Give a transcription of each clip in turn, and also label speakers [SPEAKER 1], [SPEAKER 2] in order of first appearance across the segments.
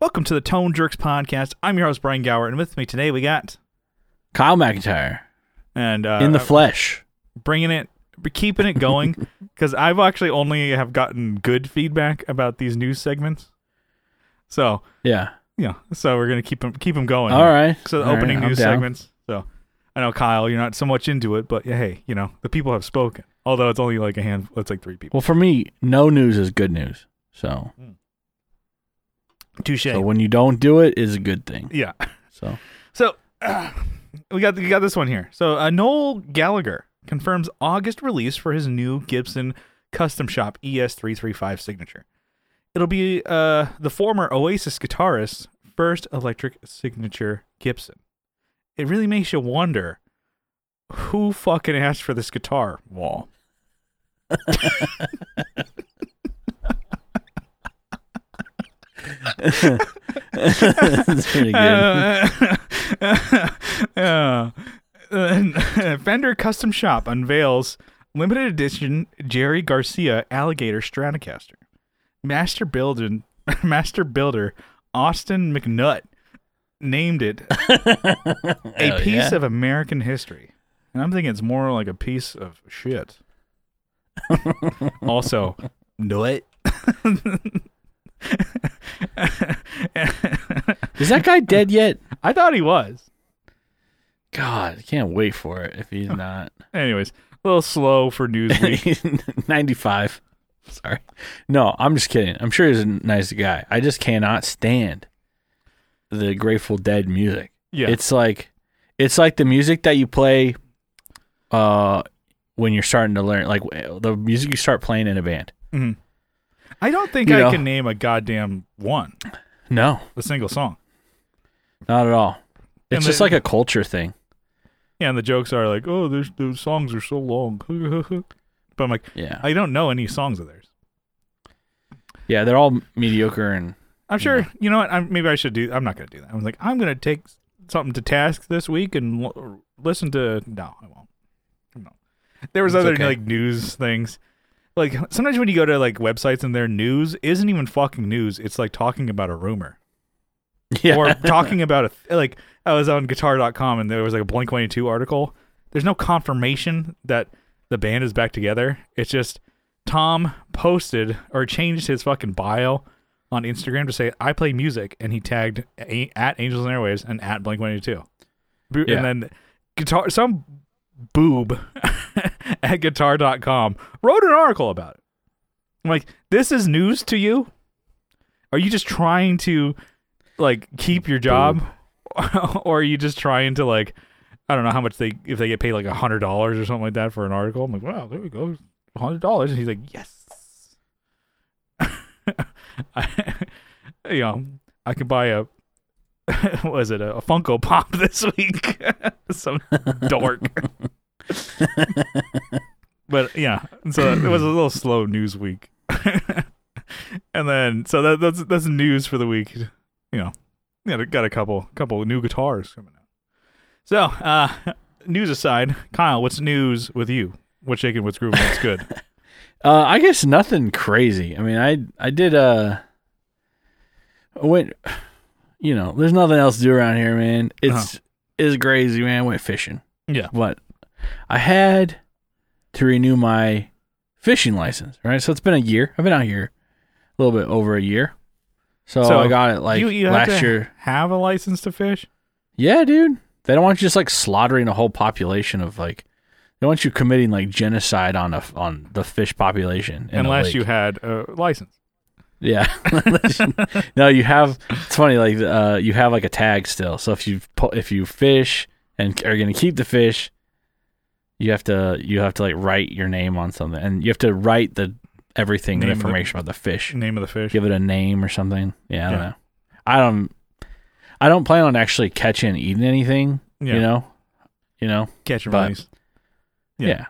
[SPEAKER 1] Welcome to the Tone Jerks podcast. I'm your host Brian Gower, and with me today we got
[SPEAKER 2] Kyle McIntyre
[SPEAKER 1] and uh,
[SPEAKER 2] in the flesh.
[SPEAKER 1] bringing it, keeping it going because I've actually only have gotten good feedback about these news segments. So
[SPEAKER 2] Yeah.
[SPEAKER 1] yeah, so we're gonna keep them keep them going.
[SPEAKER 2] All right.
[SPEAKER 1] So the
[SPEAKER 2] All right,
[SPEAKER 1] opening
[SPEAKER 2] I'm
[SPEAKER 1] news
[SPEAKER 2] down.
[SPEAKER 1] segments. So I know Kyle, you're not so much into it, but hey, you know the people have spoken. Although it's only like a handful, it's like three people.
[SPEAKER 2] Well, for me, no news is good news. So,
[SPEAKER 1] Touche.
[SPEAKER 2] so when you don't do it, is a good thing.
[SPEAKER 1] yeah.
[SPEAKER 2] So
[SPEAKER 1] So uh, we got we got this one here. So uh, Noel Gallagher confirms August release for his new Gibson Custom Shop E ES335 signature. It'll be uh, the former Oasis guitarist's first electric signature Gibson. It really makes you wonder who fucking asked for this guitar wall.
[SPEAKER 2] that's pretty good.
[SPEAKER 1] Uh, uh, Fender Custom Shop unveils limited edition Jerry Garcia Alligator Stratocaster. Master builder, master builder Austin McNutt named it a
[SPEAKER 2] Hell
[SPEAKER 1] piece
[SPEAKER 2] yeah.
[SPEAKER 1] of American history. And I'm thinking it's more like a piece of shit. also, nut.
[SPEAKER 2] is that guy dead yet?
[SPEAKER 1] I thought he was.
[SPEAKER 2] God, I can't wait for it if he's not.
[SPEAKER 1] Anyways, a little slow for news week.
[SPEAKER 2] 95. Sorry. No, I'm just kidding. I'm sure he's a nice guy. I just cannot stand the Grateful Dead music.
[SPEAKER 1] yeah.
[SPEAKER 2] It's like it's like the music that you play uh when you're starting to learn like the music you start playing in a band.
[SPEAKER 1] Mhm. I don't think
[SPEAKER 2] You
[SPEAKER 1] I
[SPEAKER 2] know.
[SPEAKER 1] can name a goddamn one,
[SPEAKER 2] No,
[SPEAKER 1] a single song.
[SPEAKER 2] not at all. It's
[SPEAKER 1] And
[SPEAKER 2] just
[SPEAKER 1] the-
[SPEAKER 2] like a culture thing.
[SPEAKER 1] Yeah, and the jokes are like, oh, there's, those songs are so long. but I'm like,
[SPEAKER 2] Yeah.
[SPEAKER 1] I don't know any songs of theirs.
[SPEAKER 2] yeah, they're all mediocre and
[SPEAKER 1] I'm sure, you know what? I'm, maybe I should do I'm not going to do that. I'm like, I'm going to take something to task this week and l- listen to. No, I won't. No. There was
[SPEAKER 2] It's
[SPEAKER 1] other
[SPEAKER 2] okay.
[SPEAKER 1] like news things. Like sometimes when you go to like websites and their news isn't even fucking news, it's like talking about a rumor.
[SPEAKER 2] yeah.
[SPEAKER 1] or talking about a th- like I was on guitar.com and there was like a Blink 182 article. There's no confirmation that the band is back together. It's just Tom posted or changed his fucking bio on Instagram to say I play music and he tagged a- at Angels and Airwaves and at Blink 182. Bo-
[SPEAKER 2] Yeah.
[SPEAKER 1] And then guitar some boob at guitar.com wrote an article about it. I'm like, this is news to you? Are you just trying to like keep your job? or are you just trying to like I don't know how much they if they get paid like a hundred dollars or something like that for an article. I'm like, wow, there we go. Hundred dollars. And he's like, Yes. I, you know, I could buy a was it a, a Funko Pop this week? Some dork. but yeah, so it was a little slow news week. and then so that, that's that's news for the week. You know, yeah, they got a couple couple new guitars coming out. So uh news aside, Kyle, what's news with you? What's shaking? What's grooving? What's good?
[SPEAKER 2] Uh, I guess nothing crazy. I mean, I I did uh, I went, you know, there's nothing else to do around here, man.
[SPEAKER 1] Uh-huh.
[SPEAKER 2] It's it's crazy, man. I went fishing,
[SPEAKER 1] yeah.
[SPEAKER 2] but I had to renew my fishing license, right? So it's been a year. I've been out here a little bit over a year. So,
[SPEAKER 1] So
[SPEAKER 2] I got it like
[SPEAKER 1] you, you have
[SPEAKER 2] last
[SPEAKER 1] to
[SPEAKER 2] year.
[SPEAKER 1] have a license to fish?
[SPEAKER 2] Yeah, dude. They don't want you just like slaughtering a whole population of like. They want you committing like genocide on a on the fish population. in a
[SPEAKER 1] Unless
[SPEAKER 2] lake.
[SPEAKER 1] you had a license.
[SPEAKER 2] Yeah. no, you have. It's funny. Like uh, you have like a tag still. So if you pu- if you fish and are going to keep the fish, you have to you have to like write your name on something, and you have to write the everything
[SPEAKER 1] Name
[SPEAKER 2] and
[SPEAKER 1] of the-
[SPEAKER 2] information about the fish.
[SPEAKER 1] Name of the fish.
[SPEAKER 2] Give it a name or something. Yeah, I don't
[SPEAKER 1] Yeah.
[SPEAKER 2] know. I don't. I don't plan on actually catching and eating anything.
[SPEAKER 1] Yeah.
[SPEAKER 2] You know. You know.
[SPEAKER 1] Catch and
[SPEAKER 2] but-
[SPEAKER 1] release. Yeah.
[SPEAKER 2] Yeah.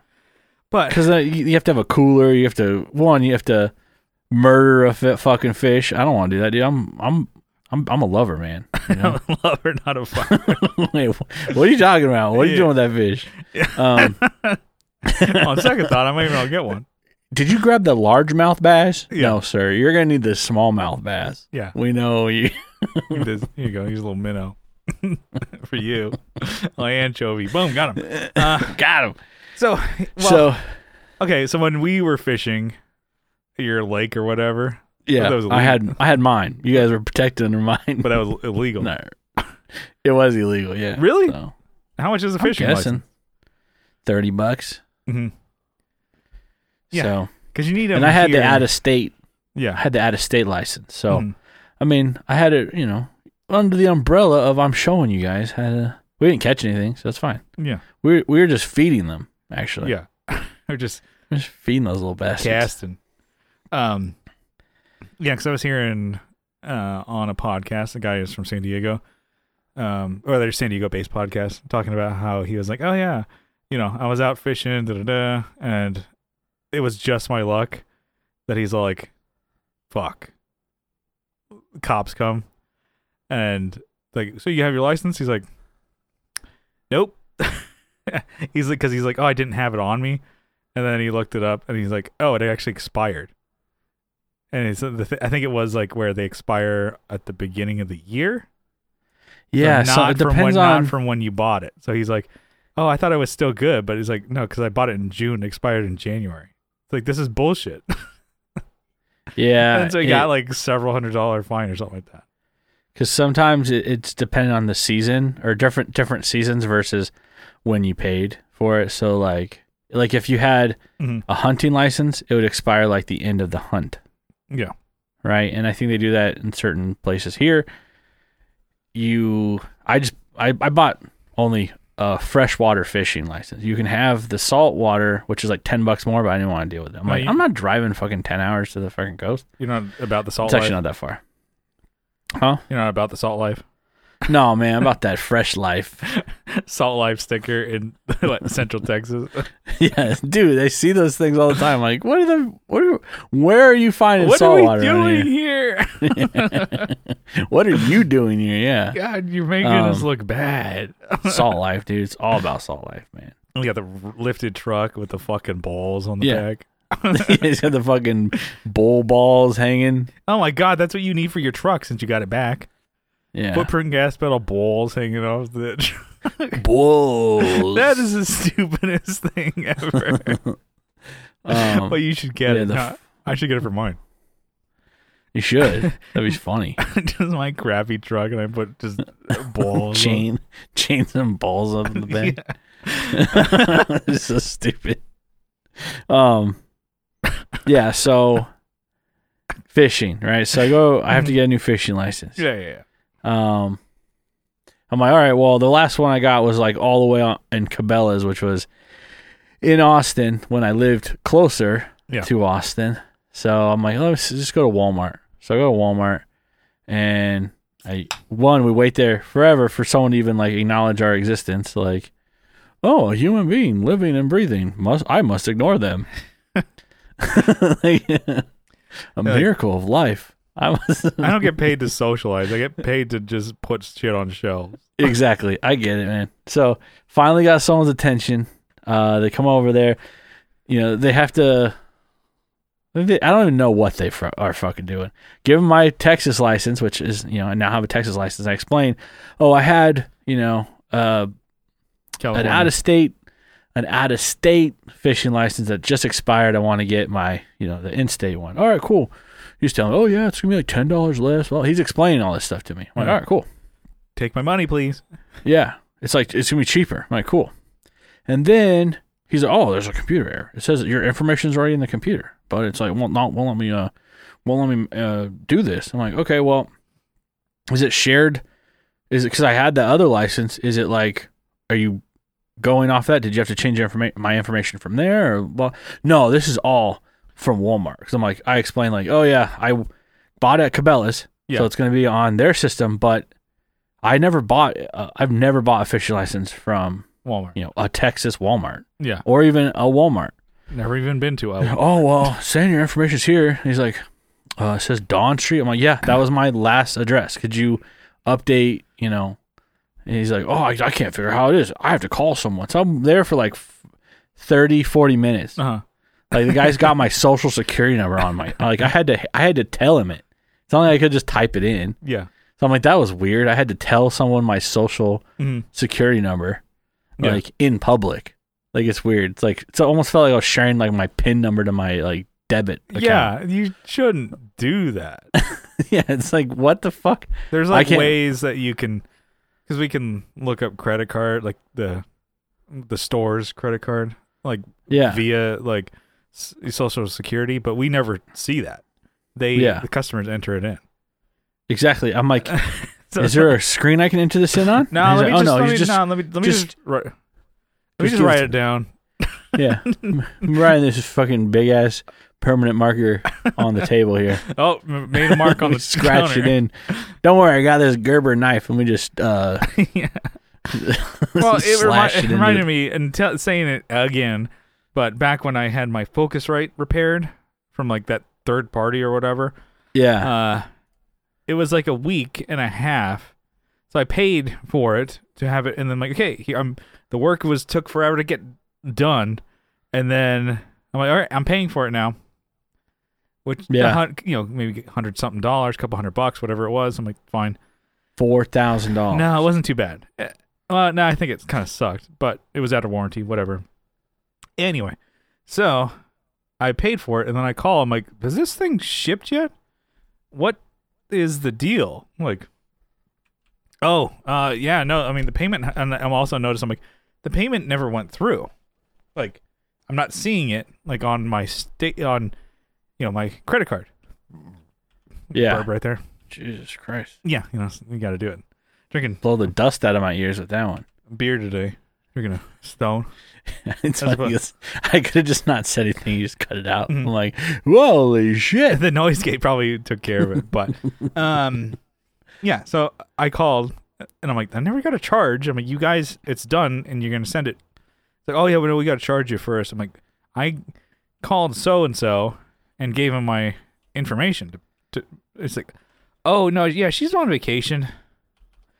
[SPEAKER 1] But
[SPEAKER 2] Because uh, you you have to have a cooler. You have to one. You have to murder a fi- fucking fish. I don't want to do that, dude. I'm I'm I'm I'm a lover, man. You know?
[SPEAKER 1] lover, not a fuck.
[SPEAKER 2] Wait, wh- what are you talking about? What are you
[SPEAKER 1] Yeah.
[SPEAKER 2] doing with that fish? Um,
[SPEAKER 1] On second thought, I might even get one.
[SPEAKER 2] did you grab the largemouth bass?
[SPEAKER 1] Yeah.
[SPEAKER 2] No, sir. You're gonna need the smallmouth bass.
[SPEAKER 1] Yeah.
[SPEAKER 2] We know you.
[SPEAKER 1] Look at this. Here you go. Here's a little minnow for you. Like anchovy. Boom, got him. Uh,
[SPEAKER 2] Got him.
[SPEAKER 1] So, well,
[SPEAKER 2] so
[SPEAKER 1] okay. So when we were fishing, your lake or whatever,
[SPEAKER 2] yeah,
[SPEAKER 1] that was
[SPEAKER 2] I had I had mine. You guys were protected under mine.
[SPEAKER 1] but that was illegal.
[SPEAKER 2] no, it was illegal. Yeah,
[SPEAKER 1] Really?
[SPEAKER 2] So,
[SPEAKER 1] How much is a
[SPEAKER 2] I'm
[SPEAKER 1] fishing
[SPEAKER 2] guessing
[SPEAKER 1] license?
[SPEAKER 2] thirty bucks.
[SPEAKER 1] Mhm. Yeah,
[SPEAKER 2] So
[SPEAKER 1] Because you need them.
[SPEAKER 2] and I had
[SPEAKER 1] here.
[SPEAKER 2] the out of state. I
[SPEAKER 1] Yeah.
[SPEAKER 2] had the out of state license. So
[SPEAKER 1] Mhm.
[SPEAKER 2] I mean, I had it. You know, under the umbrella of I'm showing you guys how to. We didn't catch anything, so that's fine.
[SPEAKER 1] Yeah.
[SPEAKER 2] We we were just feeding them actually.
[SPEAKER 1] Yeah. or just
[SPEAKER 2] We're just feeding those little bastards.
[SPEAKER 1] casting. Um, yeah, because I was hearing uh, on a podcast, a guy is from San Diego, um, or there's San Diego based podcast, talking about how he was like, oh, yeah, you know, I was out fishing, da da da, and it was just my luck that he's all like, fuck. Cops come and like, so you have your license? He's like, nope. he's like, because he's like, oh, I didn't have it on me. And then he looked it up and he's like, oh, it actually expired. And it's uh, the th- I think it was like where they expire at the beginning of the year. So
[SPEAKER 2] Yeah. So,
[SPEAKER 1] not
[SPEAKER 2] it
[SPEAKER 1] from when,
[SPEAKER 2] depends on.
[SPEAKER 1] not from when you bought it. So he's like, oh, I thought it was still good, but he's like, no, because I bought it in June, it expired in January. It's like this is bullshit.
[SPEAKER 2] yeah.
[SPEAKER 1] and so he
[SPEAKER 2] it-
[SPEAKER 1] got like several hundred dollar fine or something like that.
[SPEAKER 2] because sometimes it, it's dependent on the season or different different seasons versus when you paid for it. So like like if you had
[SPEAKER 1] Mhm.
[SPEAKER 2] a hunting license, it would expire like the end of the hunt,
[SPEAKER 1] Yeah.
[SPEAKER 2] right? And I think they do that in certain places here. You, I just I, I bought only a freshwater fishing license. You can have the salt water, which is like ten bucks more, but I didn't want to deal with it. I'm
[SPEAKER 1] No,
[SPEAKER 2] like,
[SPEAKER 1] you-
[SPEAKER 2] I'm not driving fucking ten hours to the fucking coast.
[SPEAKER 1] You're not about the salt
[SPEAKER 2] It's actually
[SPEAKER 1] life.
[SPEAKER 2] not that far. Huh?
[SPEAKER 1] You're not about the salt life.
[SPEAKER 2] No, man, about that fresh life.
[SPEAKER 1] Salt life sticker in like central Texas.
[SPEAKER 2] Yeah, dude, I see those things all the time. Like, what are the what are where are you finding
[SPEAKER 1] what
[SPEAKER 2] salt
[SPEAKER 1] are we
[SPEAKER 2] water? around
[SPEAKER 1] doing here?
[SPEAKER 2] here? What are you doing here? Yeah.
[SPEAKER 1] God, you're making us
[SPEAKER 2] Um,
[SPEAKER 1] look bad.
[SPEAKER 2] salt life, dude. It's all about salt life, man.
[SPEAKER 1] We got the r- lifted truck with the fucking balls on the
[SPEAKER 2] Yeah.
[SPEAKER 1] back.
[SPEAKER 2] He's got the fucking bowl balls hanging.
[SPEAKER 1] Oh my god, that's what you need for your truck since you got it back.
[SPEAKER 2] Yeah.
[SPEAKER 1] Footprint and gas pedal balls hanging off the. tr-
[SPEAKER 2] balls.
[SPEAKER 1] that is the stupidest thing ever.
[SPEAKER 2] um,
[SPEAKER 1] but you should get
[SPEAKER 2] yeah,
[SPEAKER 1] it.
[SPEAKER 2] the
[SPEAKER 1] Nah, I should get it for mine.
[SPEAKER 2] you should. That'd be funny.
[SPEAKER 1] just my crappy truck, and I put just balls. on-
[SPEAKER 2] Chain chain some balls up in the back.
[SPEAKER 1] Yeah.
[SPEAKER 2] it's so stupid. Um, yeah. So fishing, right? So I go. I have to get a new fishing license.
[SPEAKER 1] yeah, yeah, yeah.
[SPEAKER 2] Um, I'm like, all right. Well, the last one I got was like all the way out in Cabela's, which was in Austin when I lived closer
[SPEAKER 1] Yeah.
[SPEAKER 2] to Austin. So I'm like, let's just go to Walmart. So I go to Walmart, and I one we wait there forever for someone to even like acknowledge our existence. Like, oh, a human being living and breathing. Must I must ignore them? Like, a miracle of life. I was
[SPEAKER 1] I don't get paid to socialize. I get paid to just put shit on shelves.
[SPEAKER 2] exactly. I get it, man. So finally got someone's attention. Uh, they come over there. You know, they have to. They, I don't even know what they fr- are fucking doing. Give them my Texas license, which is you know I now have a Texas license. I explain, oh, I had you know uh, an
[SPEAKER 1] California.
[SPEAKER 2] out of state, an out of state fishing license that just expired. I want to get my you know the in state one. All right, cool. He's telling me, oh yeah, it's gonna be like ten dollars less. Well, he's explaining all this stuff to me. I'm like,
[SPEAKER 1] Yeah.
[SPEAKER 2] all right, cool.
[SPEAKER 1] Take my money, please.
[SPEAKER 2] Yeah. It's like it's gonna be cheaper. I'm like, cool. And then he's like, Oh, there's a computer error. It says that your information's already in the computer. But it's like won't not won't let me uh won't let me uh do this. I'm like, okay, well is it shared? Is it because I had the other license? Is it like are you going off that? Did you have to change your informa- my information from there? Or, well, no, this is all from Walmart. Because I'm like, I explained like, oh yeah, I bought it at Cabela's,
[SPEAKER 1] Yeah.
[SPEAKER 2] so it's going to be on their system. But I never bought, uh, I've never bought a fishing license from
[SPEAKER 1] Walmart.
[SPEAKER 2] you know a Texas Walmart
[SPEAKER 1] Yeah.
[SPEAKER 2] or even a Walmart.
[SPEAKER 1] Never even been to a
[SPEAKER 2] Oh well, saying your information's here. He's like, uh, it says Dawn Street. I'm like, yeah, that was my last address. Could you update? You know, and he's like, oh, I, I can't figure out how it is. I have to call someone. So I'm there for like f- 30, 40 minutes.
[SPEAKER 1] Uh-huh.
[SPEAKER 2] Like the guy's got my social security number on my. Like I had to, I had to tell him it. It's not like I could just type it in.
[SPEAKER 1] Yeah.
[SPEAKER 2] So I'm like, that was weird. I had to tell someone my social
[SPEAKER 1] Mhm.
[SPEAKER 2] security number,
[SPEAKER 1] Yeah.
[SPEAKER 2] Mm-hmm. like in public. Like it's weird. It's like it's almost felt like I was sharing like my pin number to my like debit. Account.
[SPEAKER 1] Yeah, you shouldn't do that.
[SPEAKER 2] yeah. It's like what the fuck?
[SPEAKER 1] There's
[SPEAKER 2] I
[SPEAKER 1] like
[SPEAKER 2] can't-
[SPEAKER 1] ways that you can, because we can look up credit card, like the the store's credit card, like
[SPEAKER 2] Yeah.
[SPEAKER 1] via like s- social security, but we never see that. They
[SPEAKER 2] Yeah.
[SPEAKER 1] the customers enter it in.
[SPEAKER 2] exactly. I'm like,
[SPEAKER 1] So
[SPEAKER 2] is there a screen I can enter this in on?
[SPEAKER 1] No,
[SPEAKER 2] And he's
[SPEAKER 1] let me
[SPEAKER 2] like,
[SPEAKER 1] just,
[SPEAKER 2] oh no,
[SPEAKER 1] let, me,
[SPEAKER 2] you just
[SPEAKER 1] no let me let me just,
[SPEAKER 2] just-
[SPEAKER 1] write, let me just
[SPEAKER 2] give
[SPEAKER 1] write
[SPEAKER 2] it
[SPEAKER 1] it down.
[SPEAKER 2] yeah. I'm writing this fucking big ass permanent marker on the table here.
[SPEAKER 1] Oh, m- made a mark on
[SPEAKER 2] We
[SPEAKER 1] the
[SPEAKER 2] scratch
[SPEAKER 1] counter.
[SPEAKER 2] it in. Don't worry, I got this Gerber knife, and we just uh,
[SPEAKER 1] yeah. Well, it, remi-
[SPEAKER 2] slash
[SPEAKER 1] it
[SPEAKER 2] it into
[SPEAKER 1] reminded me, and tell saying it again, but back when I had my Focusrite repaired from like that third party or whatever,
[SPEAKER 2] Yeah,
[SPEAKER 1] uh, it was like a week and a half. So I paid for it to have it, and then like, okay, here, I'm the work was took forever to get done, and then I'm like, all right, I'm paying for it now. Which
[SPEAKER 2] Yeah.
[SPEAKER 1] a hun- you know, maybe hundred something dollars, couple hundred bucks, whatever it was. I'm like, fine.
[SPEAKER 2] four thousand dollars.
[SPEAKER 1] No, it wasn't too bad. Eh, Well, no, I think it kind of sucked, but it was out of warranty, whatever. Anyway, so I paid for it, and then I call. I'm like, "Has this thing shipped yet? What is the deal?" I'm like, oh, uh, yeah, no. I mean, the payment. And I'm also noticed. I'm like, the payment never went through. Like, I'm not seeing it like on my state on, you know, my credit card.
[SPEAKER 2] yeah,
[SPEAKER 1] Burp right there.
[SPEAKER 2] Jesus Christ,
[SPEAKER 1] Yeah, you know, you got to do it. Drinking
[SPEAKER 2] blow the dust out of my ears with that one.
[SPEAKER 1] beer today. You're gonna stone.
[SPEAKER 2] It's like,
[SPEAKER 1] about-
[SPEAKER 2] it's- I could have just not said anything. You just cut it out.
[SPEAKER 1] Mhm.
[SPEAKER 2] I'm like, holy shit.
[SPEAKER 1] the noise gate probably took care of it, but um, yeah. So I called and I'm like, I never got a charge. I'm like, you guys, it's done, and you're gonna send it. It's like, oh yeah, well, we got to charge you first. I'm like, I called so and so and gave him my information. To, to it's like, oh no, yeah, she's on vacation.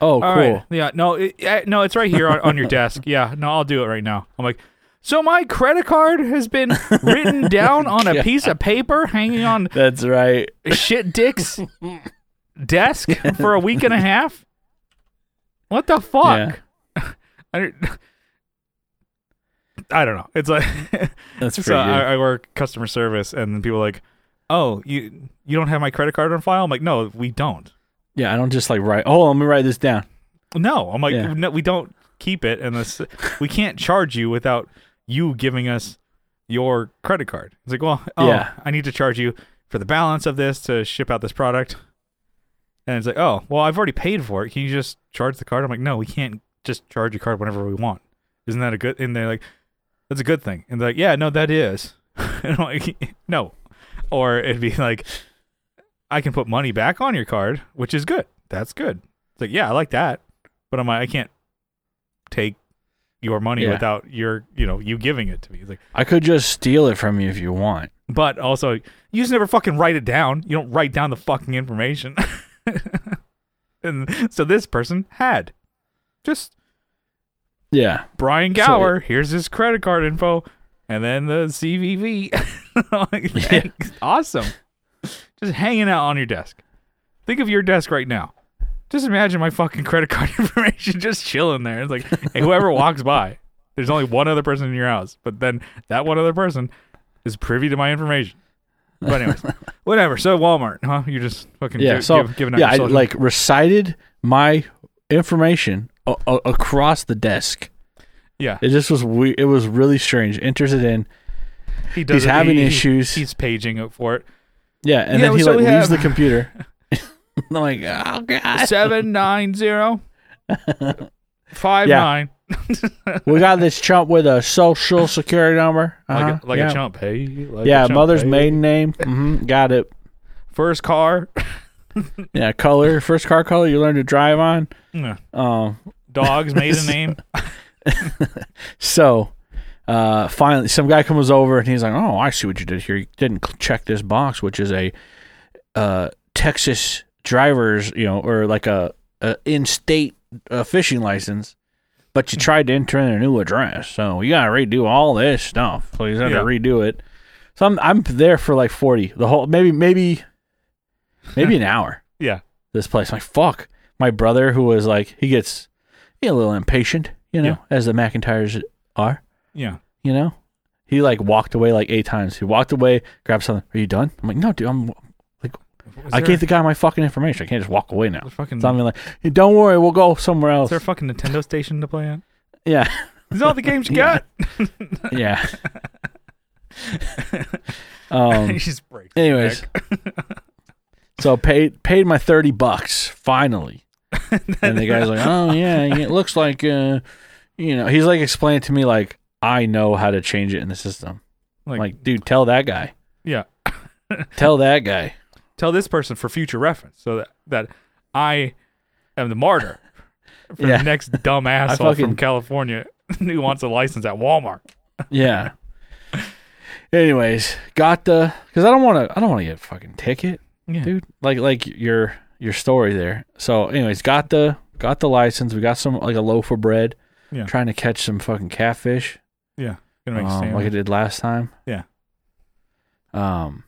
[SPEAKER 2] Oh,
[SPEAKER 1] All right.
[SPEAKER 2] cool.
[SPEAKER 1] Yeah. No. It, yeah, no. It's right here on, on your desk. Yeah. No. I'll do it right now. I'm like, so my credit card has been written down on a piece of paper hanging on
[SPEAKER 2] That's right.
[SPEAKER 1] shit dick's desk for a week and a half. What the fuck?
[SPEAKER 2] Yeah.
[SPEAKER 1] I don't. I don't know. It's like
[SPEAKER 2] That's pretty
[SPEAKER 1] so.
[SPEAKER 2] good.
[SPEAKER 1] I, I work customer service, and then people are like, "Oh, you you don't have my credit card on file?" I'm like, "No, we don't."
[SPEAKER 2] yeah, I don't just like write. Oh, let me write this down.
[SPEAKER 1] No, I'm like,
[SPEAKER 2] Yeah.
[SPEAKER 1] no, we don't keep it, and this we can't charge you without you giving us your credit card. It's like, well, oh,
[SPEAKER 2] Yeah.
[SPEAKER 1] I need to charge you for the balance of this to ship out this product, and it's like, oh, well, I've already paid for it. Can you just charge the card? I'm like, no, we can't just charge your card whenever we want. Isn't that a good? And they're like, that's a good thing. And they're like, yeah, no, that is. and I'm like, no, or it'd be like, I can put money back on your card, which is good. That's good. It's like, yeah, I like that but I'm like, I can't take your money
[SPEAKER 2] Yeah.
[SPEAKER 1] without your, you know, you giving it to me. It's like,
[SPEAKER 2] I could just steal it from you if you want.
[SPEAKER 1] but also, you just never fucking write it down. You don't write down the fucking information. and so this person had just
[SPEAKER 2] Yeah.
[SPEAKER 1] Brian
[SPEAKER 2] So-
[SPEAKER 1] Gower. here's his credit card info, and then the CVV. Like,
[SPEAKER 2] Yeah.
[SPEAKER 1] thanks. Awesome. Just hanging out on your desk. Think of your desk right now. Just imagine my fucking credit card information just chilling there. It's like hey, whoever walks by, there's only one other person in your house, but then that one other person is privy to my information. But anyways, whatever. So Walmart, huh? You just fucking
[SPEAKER 2] Yeah.
[SPEAKER 1] gi-
[SPEAKER 2] so
[SPEAKER 1] give- giving out
[SPEAKER 2] yeah,
[SPEAKER 1] your
[SPEAKER 2] I
[SPEAKER 1] social-
[SPEAKER 2] like recited my information a- a- across the desk.
[SPEAKER 1] yeah.
[SPEAKER 2] It just was we It was really strange. Enters it in.
[SPEAKER 1] He does
[SPEAKER 2] he's
[SPEAKER 1] it.
[SPEAKER 2] having
[SPEAKER 1] He- he-
[SPEAKER 2] issues.
[SPEAKER 1] He's paging up for it.
[SPEAKER 2] Yeah, and
[SPEAKER 1] Yeah,
[SPEAKER 2] then he
[SPEAKER 1] so
[SPEAKER 2] like
[SPEAKER 1] we
[SPEAKER 2] leaves
[SPEAKER 1] have-
[SPEAKER 2] the computer. I'm like, oh god,
[SPEAKER 1] seven nine zero five
[SPEAKER 2] Yeah.
[SPEAKER 1] nine.
[SPEAKER 2] we got this chump with a social security number.
[SPEAKER 1] Like,
[SPEAKER 2] Uh-huh,
[SPEAKER 1] a, like
[SPEAKER 2] yeah.
[SPEAKER 1] a chump, hey. Like
[SPEAKER 2] yeah,
[SPEAKER 1] a chump,
[SPEAKER 2] mother's
[SPEAKER 1] hey.
[SPEAKER 2] maiden name. hmm got it.
[SPEAKER 1] First car,
[SPEAKER 2] Yeah, color, first car color you learned to drive on.
[SPEAKER 1] Yeah.
[SPEAKER 2] Um,
[SPEAKER 1] dog's maiden name.
[SPEAKER 2] so uh, finally, some guy comes over and he's like, "Oh, I see what you did here. You didn't cl- check this box, which is a uh, Texas driver's, you know, or like a, a in-state uh, fishing license." But you tried to enter in a new address, so you gotta redo all this stuff. So you had
[SPEAKER 1] Yeah.
[SPEAKER 2] to redo it. So I'm I'm there for like forty, the whole maybe maybe maybe an hour.
[SPEAKER 1] Yeah.
[SPEAKER 2] this place. I'm like, fuck. My brother, who was like, he gets he a little impatient, you know,
[SPEAKER 1] Yeah.
[SPEAKER 2] as the McIntyres are,
[SPEAKER 1] Yeah.
[SPEAKER 2] you know. He like walked away like eight times. He walked away, grabbed something. Are you done? I'm like, no, dude. I'm. I gave the guy my fucking information. I can't just walk away now.
[SPEAKER 1] the fucking.
[SPEAKER 2] So I'm like, hey, don't worry, we'll go somewhere
[SPEAKER 1] Hmm. Is
[SPEAKER 2] else.
[SPEAKER 1] there a fucking Nintendo station to play on?
[SPEAKER 2] Yeah,
[SPEAKER 1] Is all the games you
[SPEAKER 2] Yeah.
[SPEAKER 1] got?
[SPEAKER 2] yeah. um.
[SPEAKER 1] He's break.
[SPEAKER 2] Anyways, so paid paid my thirty bucks finally, and the guy's like, "Oh yeah, it looks like uh, you know." He's like explaining to me like, "I know how to change it in the system."
[SPEAKER 1] Like,
[SPEAKER 2] I'm like, dude, tell that guy.
[SPEAKER 1] yeah.
[SPEAKER 2] Tell that guy.
[SPEAKER 1] Tell this person for future reference so that, that I am the martyr for
[SPEAKER 2] Yeah.
[SPEAKER 1] the next dumb asshole
[SPEAKER 2] fucking-
[SPEAKER 1] from California who wants a license at Walmart.
[SPEAKER 2] Yeah. Anyways, got the because I don't want to. I don't want to get a fucking ticket.
[SPEAKER 1] Yeah.
[SPEAKER 2] dude like like your your story there so anyways got the got the license we got some like a loaf of bread
[SPEAKER 1] Yeah.
[SPEAKER 2] trying to catch some fucking catfish
[SPEAKER 1] Gonna make a
[SPEAKER 2] um, like i
[SPEAKER 1] sandwich.
[SPEAKER 2] did last time
[SPEAKER 1] Yeah.
[SPEAKER 2] um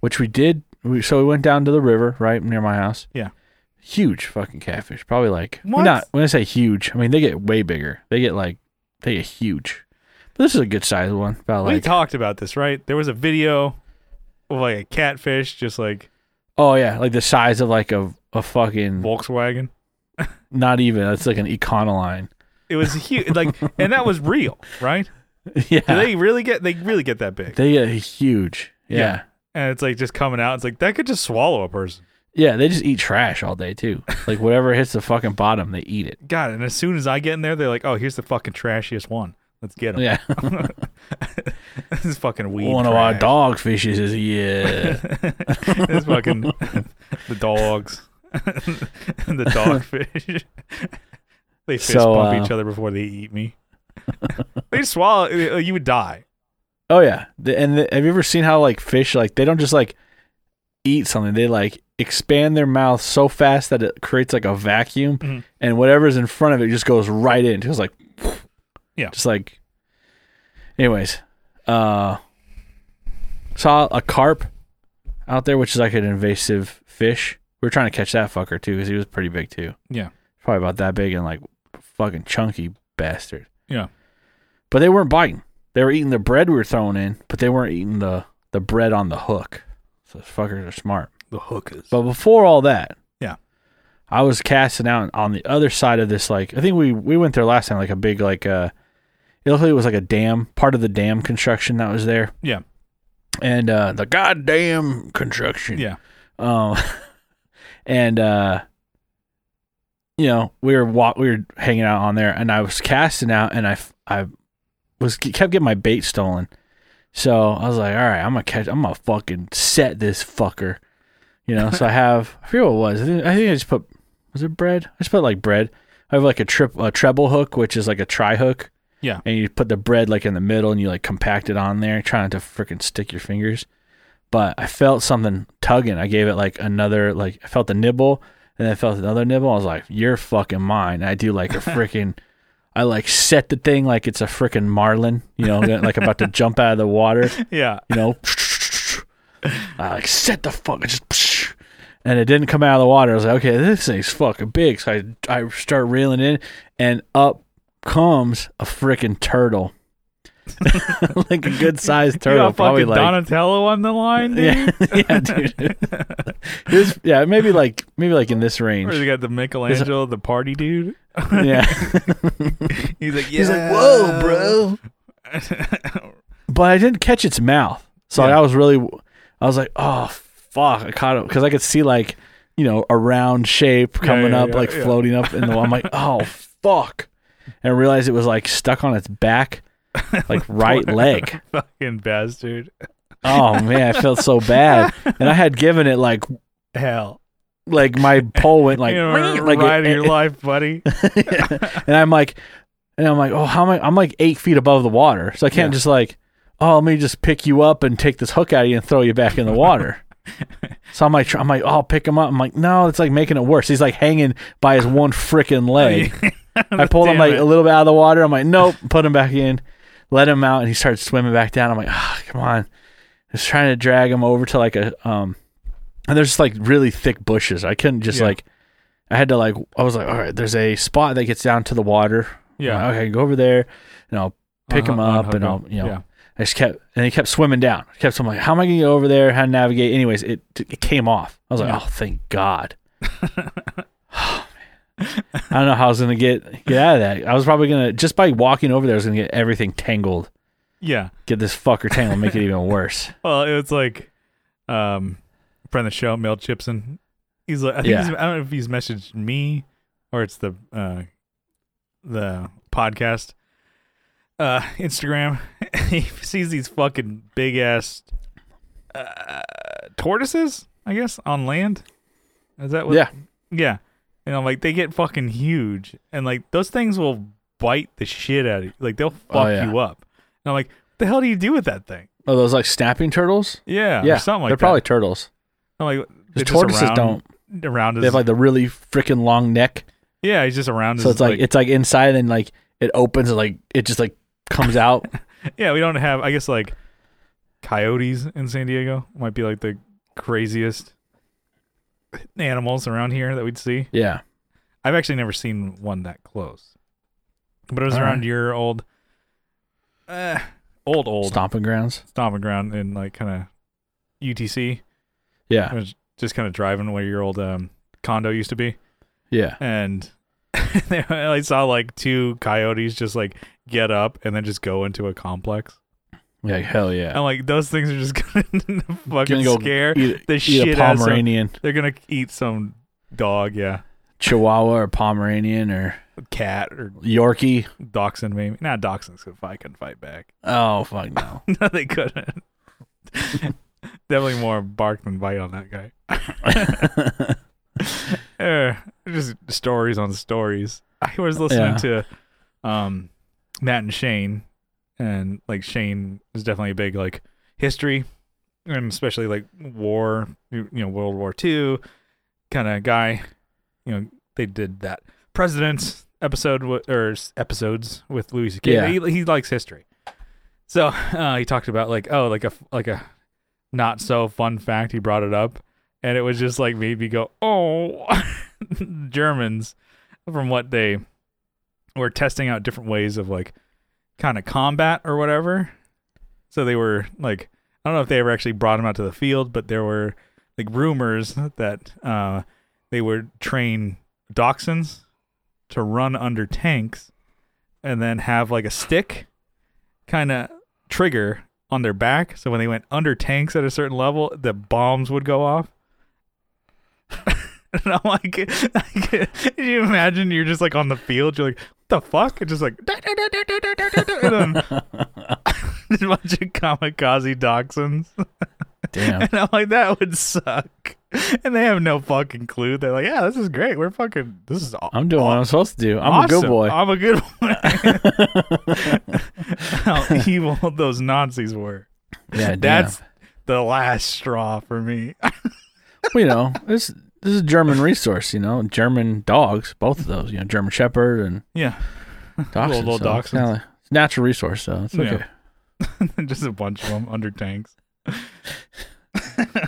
[SPEAKER 2] which we did we, so we went down to the river right near my house
[SPEAKER 1] Yeah.
[SPEAKER 2] huge fucking catfish probably like
[SPEAKER 1] What?
[SPEAKER 2] not when i say huge i mean they get way bigger they get like they get huge but this is a good sized one about
[SPEAKER 1] we
[SPEAKER 2] like
[SPEAKER 1] talked about this, right? There was a video of like a catfish, just like
[SPEAKER 2] oh yeah like the size of like a a fucking
[SPEAKER 1] Volkswagen.
[SPEAKER 2] not even it's like an econoline
[SPEAKER 1] It was huge, like, and that was real, right?
[SPEAKER 2] yeah
[SPEAKER 1] Do they really get they really get that big?
[SPEAKER 2] They get huge. Yeah. yeah.
[SPEAKER 1] Yeah. And it's like just coming out. It's like that could just swallow a person.
[SPEAKER 2] they just eat trash all day too. Like whatever hits the fucking bottom, they eat it.
[SPEAKER 1] God, and as soon as I get in there, they're like, "Oh, here's the fucking trashiest one. Let's get him."
[SPEAKER 2] Yeah.
[SPEAKER 1] this is fucking weed.
[SPEAKER 2] One of our
[SPEAKER 1] trash.
[SPEAKER 2] dog fishes is yeah.
[SPEAKER 1] this is fucking the dogs, and the dogfish. they fist
[SPEAKER 2] So,
[SPEAKER 1] bump
[SPEAKER 2] uh,
[SPEAKER 1] each other before they eat me. they swallow. You would die.
[SPEAKER 2] oh yeah. The- And the, have you ever seen how like fish like they don't just like eat something. They like expand their mouth so fast that it creates like a vacuum
[SPEAKER 1] Mhm.
[SPEAKER 2] and whatever's in front of it just goes right in. Just like
[SPEAKER 1] Yeah.
[SPEAKER 2] Just like anyways. Uh saw a carp out there, which is like an invasive fish. We were trying to catch that fucker too, because he was pretty big too.
[SPEAKER 1] Yeah.
[SPEAKER 2] Probably about that big and like fucking chunky bastard.
[SPEAKER 1] Yeah.
[SPEAKER 2] But they weren't biting. They were eating the bread we were throwing in, but they weren't eating the, the bread on the hook. So fuckers are smart.
[SPEAKER 1] The hookers.
[SPEAKER 2] But before all that,
[SPEAKER 1] Yeah.
[SPEAKER 2] I was casting out on the other side of this. Like I think we we went there last time. Like a big like uh, it looked like it was like a dam, part of the dam construction that was there.
[SPEAKER 1] Yeah.
[SPEAKER 2] and uh, the goddamn construction.
[SPEAKER 1] Yeah.
[SPEAKER 2] Um, and uh, you know we were wa- we were hanging out on there, and I was casting out, and I f- I was kept getting my bait stolen. So I was like, all right, I'm gonna catch, I'm gonna fucking set this fucker, you know. so I have, I forget what it was. I think I, think I just put, was it bread? I just put like bread. I have like a trip, a treble hook, which is like a tri hook.
[SPEAKER 1] Yeah.
[SPEAKER 2] And you put the bread like in the middle, and you like compact it on there, trying not to freaking stick your fingers. But I felt something tugging. I gave it like another, like I felt the nibble, and then I felt another nibble. I was like, you're fucking mine. And I do like a freaking. I like set the thing like it's a freaking marlin, you know, like about to jump out of the water
[SPEAKER 1] Yeah.
[SPEAKER 2] you know. I like set the fuck, I just, and it didn't come out of the water. I was like, okay, this thing's fucking big. So I I start reeling in, and up comes a freaking turtle, like a good sized
[SPEAKER 1] you
[SPEAKER 2] turtle,
[SPEAKER 1] got
[SPEAKER 2] probably
[SPEAKER 1] fucking
[SPEAKER 2] like.
[SPEAKER 1] Donatello on the line. Dude?
[SPEAKER 2] yeah, yeah, dude. It was- yeah, maybe like maybe like in this
[SPEAKER 1] Or
[SPEAKER 2] range.
[SPEAKER 1] you got the Michelangelo, the party dude.
[SPEAKER 2] Yeah,
[SPEAKER 1] He's like, yeah.
[SPEAKER 2] he's like, whoa, bro. but I didn't catch its mouth. So
[SPEAKER 1] Yeah.
[SPEAKER 2] I was really, I was like, oh fuck, I caught it because I could see like, you know, a round shape coming
[SPEAKER 1] yeah,
[SPEAKER 2] up,
[SPEAKER 1] yeah,
[SPEAKER 2] like
[SPEAKER 1] yeah.
[SPEAKER 2] floating up in the. I'm like, oh fuck, and I realized it was like stuck on its back, like right leg.
[SPEAKER 1] fucking bastard.
[SPEAKER 2] Oh man, I felt so bad, and I had given it like,
[SPEAKER 1] Hell.
[SPEAKER 2] like my pole went like,
[SPEAKER 1] you know,
[SPEAKER 2] like
[SPEAKER 1] riding
[SPEAKER 2] it-
[SPEAKER 1] your life, buddy.
[SPEAKER 2] and I'm like, and I'm like, oh, how am I? I'm like eight feet above the water, so I can't
[SPEAKER 1] Yeah.
[SPEAKER 2] just like, oh, let me just pick you up and take this hook out of you and throw you back in the water. so I'm like, tr- I'm like, oh, I'll pick him up. I'm like, no, it's like making it worse. He's like hanging by his one freaking
[SPEAKER 1] Oh,
[SPEAKER 2] leg. I pulled him
[SPEAKER 1] Damn
[SPEAKER 2] like
[SPEAKER 1] it.
[SPEAKER 2] a little bit out of the water. I'm like, nope, put him back in, let him out, and he starts swimming back down. I'm like, ah, come on. I was trying to drag him over to like a um and there's just like really thick bushes. I couldn't just
[SPEAKER 1] Yeah.
[SPEAKER 2] like, I had to like, I was like, all right, there's a spot that gets down to the water.
[SPEAKER 1] Yeah.
[SPEAKER 2] I'm like, okay, go over there, and I'll pick
[SPEAKER 1] Uh-huh,
[SPEAKER 2] him up,
[SPEAKER 1] unhook
[SPEAKER 2] and
[SPEAKER 1] him.
[SPEAKER 2] I'll you know,
[SPEAKER 1] Yeah.
[SPEAKER 2] I just kept and he kept swimming down. I kept so I'm like, how am I gonna get over there? How to navigate? Anyways, it it came off. I was like,
[SPEAKER 1] Yeah.
[SPEAKER 2] oh, thank God. Oh, man. I don't know how I was gonna get get out of that. I was probably gonna just by walking over there, I was gonna get everything tangled.
[SPEAKER 1] Yeah.
[SPEAKER 2] Get this fucker tangled, make it even worse.
[SPEAKER 1] Well, it was like um friend of the show, Mel Gibson. He's like I think
[SPEAKER 2] Yeah.
[SPEAKER 1] he's, I don't know if he's messaged me or it's the uh the podcast uh Instagram. he sees these fucking big ass uh, tortoises, I guess, on land. Is that what
[SPEAKER 2] Yeah,
[SPEAKER 1] Yeah. And I'm like, they get fucking huge. And like those things will bite the shit out of you. Like they'll fuck
[SPEAKER 2] Oh, yeah.
[SPEAKER 1] you up. And I'm like, what the hell do you do with that thing?
[SPEAKER 2] oh, those like snapping turtles.
[SPEAKER 1] Yeah.
[SPEAKER 2] yeah,
[SPEAKER 1] Or something like
[SPEAKER 2] they're
[SPEAKER 1] that.
[SPEAKER 2] probably turtles.
[SPEAKER 1] I'm like
[SPEAKER 2] The
[SPEAKER 1] it's just
[SPEAKER 2] tortoises
[SPEAKER 1] around-
[SPEAKER 2] don't.
[SPEAKER 1] around
[SPEAKER 2] They
[SPEAKER 1] his
[SPEAKER 2] have like the really freaking long neck,
[SPEAKER 1] Yeah, he's just around
[SPEAKER 2] so
[SPEAKER 1] his
[SPEAKER 2] it's like, it's like inside and like it opens and like it just like comes out.
[SPEAKER 1] Yeah, we don't have I guess like coyotes in San Diego might be like the craziest animals around here that we'd see.
[SPEAKER 2] yeah,
[SPEAKER 1] I've actually never seen one that close. But it was
[SPEAKER 2] All
[SPEAKER 1] around
[SPEAKER 2] right.
[SPEAKER 1] your old uh, old old
[SPEAKER 2] stomping grounds.
[SPEAKER 1] stomping ground in like kind of UTC.
[SPEAKER 2] Yeah,
[SPEAKER 1] I was just kind of driving where your old um, condo used to be,
[SPEAKER 2] yeah.
[SPEAKER 1] and I saw like two coyotes just like get up and then just go into a complex.
[SPEAKER 2] Yeah, hell yeah.
[SPEAKER 1] And like those things are just gonna fucking
[SPEAKER 2] go
[SPEAKER 1] scare.
[SPEAKER 2] eat,
[SPEAKER 1] the
[SPEAKER 2] eat
[SPEAKER 1] shit
[SPEAKER 2] a
[SPEAKER 1] out of some-
[SPEAKER 2] Pomeranian
[SPEAKER 1] They're gonna eat some dog, yeah,
[SPEAKER 2] Chihuahua or Pomeranian or
[SPEAKER 1] cat or
[SPEAKER 2] Yorkie.
[SPEAKER 1] dachshund maybe. Not dachshunds could fight, could fight back.
[SPEAKER 2] Oh fuck no.
[SPEAKER 1] no, they couldn't. Definitely more bark than bite on that guy. Eh, just stories on stories. I was listening to um, Matt and Shane, and like Shane is definitely a big like history, and especially like war, you you know, World War II kind of guy. You know, they did that presidents episode wi- or s- episodes with Louis C.K.
[SPEAKER 2] Yeah.
[SPEAKER 1] He, he likes history, so uh, he talked about like oh, like a f- like a not so fun fact. He brought it up, and it was just like made me go, "Oh, Germans!" From what they were testing out different ways of like kind of combat or whatever. So they were like, I don't know if they ever actually brought him out to the field, but there were like rumors that uh, they would train dachshunds to run under tanks, and then have like a stick kind of trigger on their back. So when they went under tanks at a certain level, the bombs would go off. and I'm like, like, can you imagine you're just like on the field? You're like, what the fuck? It's just like, and then a bunch of kamikaze dachshunds.
[SPEAKER 2] Damn.
[SPEAKER 1] And I'm like, that would suck. And they have no fucking clue. They're like, yeah, this is great. We're fucking, this is aw-
[SPEAKER 2] I'm doing what I'm supposed to do. I'm a good
[SPEAKER 1] awesome.
[SPEAKER 2] boy.
[SPEAKER 1] I'm a good boy. How evil those Nazis were.
[SPEAKER 2] yeah,
[SPEAKER 1] That's
[SPEAKER 2] that's
[SPEAKER 1] the last straw for me.
[SPEAKER 2] you know this. This is a German resource, you know. German dogs, both of those, you know, German Shepherd and
[SPEAKER 1] yeah.
[SPEAKER 2] dachshund.
[SPEAKER 1] little
[SPEAKER 2] so it's kinda
[SPEAKER 1] dachshunds.
[SPEAKER 2] like- it's a natural resource, so it's
[SPEAKER 1] Yeah.
[SPEAKER 2] okay.
[SPEAKER 1] Just a bunch of them under tanks.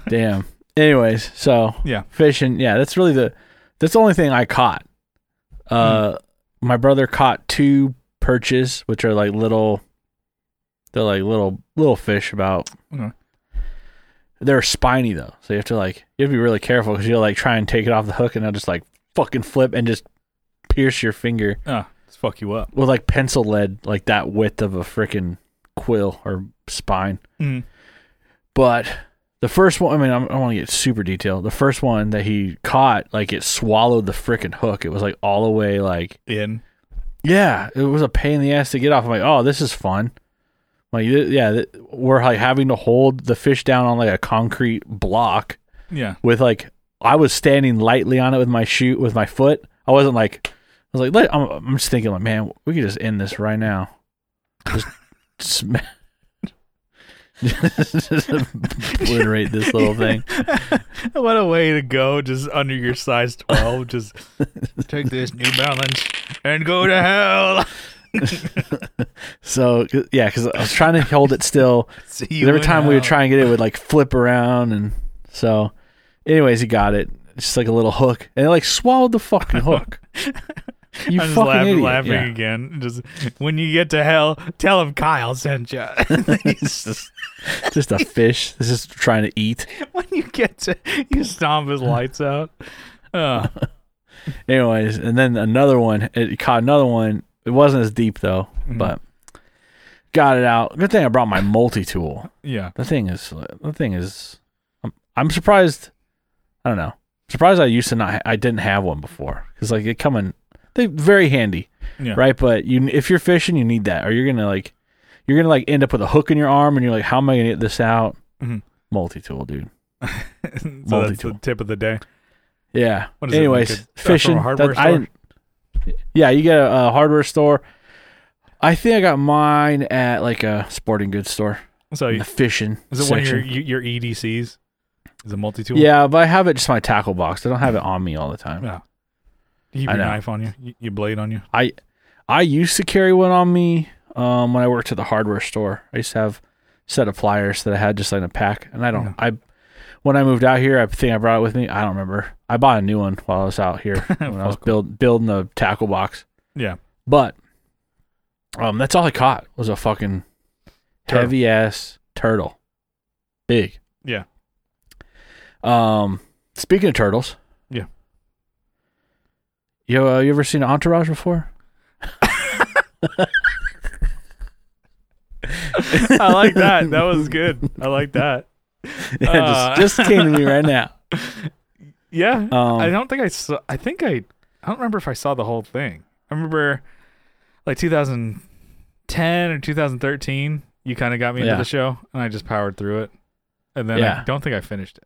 [SPEAKER 2] Damn. Anyways, so
[SPEAKER 1] Yeah.
[SPEAKER 2] fishing. Yeah, that's really the that's the only thing I caught. Uh,
[SPEAKER 1] Hmm.
[SPEAKER 2] my brother caught two perches, which are like little. They're like little little fish. About
[SPEAKER 1] Okay.
[SPEAKER 2] they're spiny though, so you have to like you have to be really careful because you'll like try and take it off the hook and they'll just like fucking flip and just pierce your finger
[SPEAKER 1] Ah, just fuck you up.
[SPEAKER 2] with like pencil lead like that width of a freaking quill or spine.
[SPEAKER 1] Mm.
[SPEAKER 2] But the first one, I mean, I'm, I want to get super detailed. The first one that he caught, like, it swallowed the freaking hook. It was like all the way, like,
[SPEAKER 1] In.
[SPEAKER 2] yeah, it was a pain in the ass to get off. I'm like, oh, this is fun. Like, th- yeah, th- we're like having to hold the fish down on like a concrete block
[SPEAKER 1] Yeah.
[SPEAKER 2] with like, I was standing lightly on it with my shoe, with my foot. I wasn't like, I was like, Let, I'm, I'm just thinking, like, man, we could just end this right now. Just, sma- just obliterate this little thing.
[SPEAKER 1] what a way to go just under your size 12 just take this new balance and go to hell
[SPEAKER 2] So c- yeah, because I was trying to hold it still.
[SPEAKER 1] See you
[SPEAKER 2] Every
[SPEAKER 1] in
[SPEAKER 2] time we would
[SPEAKER 1] hell.
[SPEAKER 2] try and get it, it would like flip around, and so Anyways, he got it. It's Just like a little hook, and it like swallowed the fucking hook. You
[SPEAKER 1] I'm just
[SPEAKER 2] fucking
[SPEAKER 1] laughing,
[SPEAKER 2] idiot.
[SPEAKER 1] laughing
[SPEAKER 2] Yeah.
[SPEAKER 1] again. Just when you get to hell, tell him Kyle sent you.
[SPEAKER 2] It's just, just a fish. This is trying to eat.
[SPEAKER 1] when you get to, you stomp his lights out. Uh,
[SPEAKER 2] Anyways, and then another one. It caught another one. It wasn't as deep though,
[SPEAKER 1] Mm-hmm.
[SPEAKER 2] but got it out. Good thing I brought my multi tool.
[SPEAKER 1] yeah,
[SPEAKER 2] The thing is, the thing is, I'm, I'm surprised. I don't know. Surprised I used to not. Ha- I didn't have one before because like it come in they very handy,
[SPEAKER 1] Yeah.
[SPEAKER 2] right? But you if you're fishing, you need that, or you're gonna like you're gonna like end up with a hook in your arm, and you're like, how am I gonna get this out?
[SPEAKER 1] Mhm.
[SPEAKER 2] Multi tool, dude.
[SPEAKER 1] so that's the
[SPEAKER 2] Multi-tool.
[SPEAKER 1] tip of the day.
[SPEAKER 2] Yeah.
[SPEAKER 1] What is it,
[SPEAKER 2] Anyways,
[SPEAKER 1] like a- from a
[SPEAKER 2] fishing.
[SPEAKER 1] hardware
[SPEAKER 2] that- I
[SPEAKER 1] store?
[SPEAKER 2] didn't- yeah, you get a, a hardware store. I think I got mine at like a sporting goods store.
[SPEAKER 1] So
[SPEAKER 2] in
[SPEAKER 1] you-
[SPEAKER 2] the fishing.
[SPEAKER 1] is it one of
[SPEAKER 2] section.
[SPEAKER 1] your your EDCs? Is it multi tool?
[SPEAKER 2] Yeah, but I have it just in my tackle box. I don't have it on me all the time.
[SPEAKER 1] Yeah. You keep
[SPEAKER 2] I
[SPEAKER 1] your
[SPEAKER 2] know.
[SPEAKER 1] knife on you, y- your blade on you.
[SPEAKER 2] I I used to carry one on me um, when I worked at the hardware store. I used to have a set of pliers that I had just in a pack, and I don't.
[SPEAKER 1] Yeah.
[SPEAKER 2] I when I moved out here, I think I brought it with me. I don't remember. I bought a new one while I was out here when I was
[SPEAKER 1] Fuck.
[SPEAKER 2] build, building the tackle box.
[SPEAKER 1] Yeah.
[SPEAKER 2] But um, that's all I caught was a fucking
[SPEAKER 1] Turtle.
[SPEAKER 2] heavy ass turtle, big.
[SPEAKER 1] Yeah.
[SPEAKER 2] Um, speaking of turtles,
[SPEAKER 1] Yeah.
[SPEAKER 2] You uh, you ever seen Entourage before?
[SPEAKER 1] I like that. That was good. I like that.
[SPEAKER 2] Yeah,
[SPEAKER 1] Uh.
[SPEAKER 2] just just came to me right now.
[SPEAKER 1] Yeah.
[SPEAKER 2] Um,
[SPEAKER 1] I don't think I saw. I think I. I don't remember if I saw the whole thing. I remember, like 2010 or 2013. You kind of got me into
[SPEAKER 2] Yeah.
[SPEAKER 1] the show, and I just powered through it. And then I
[SPEAKER 2] Yeah.
[SPEAKER 1] don't think I finished it.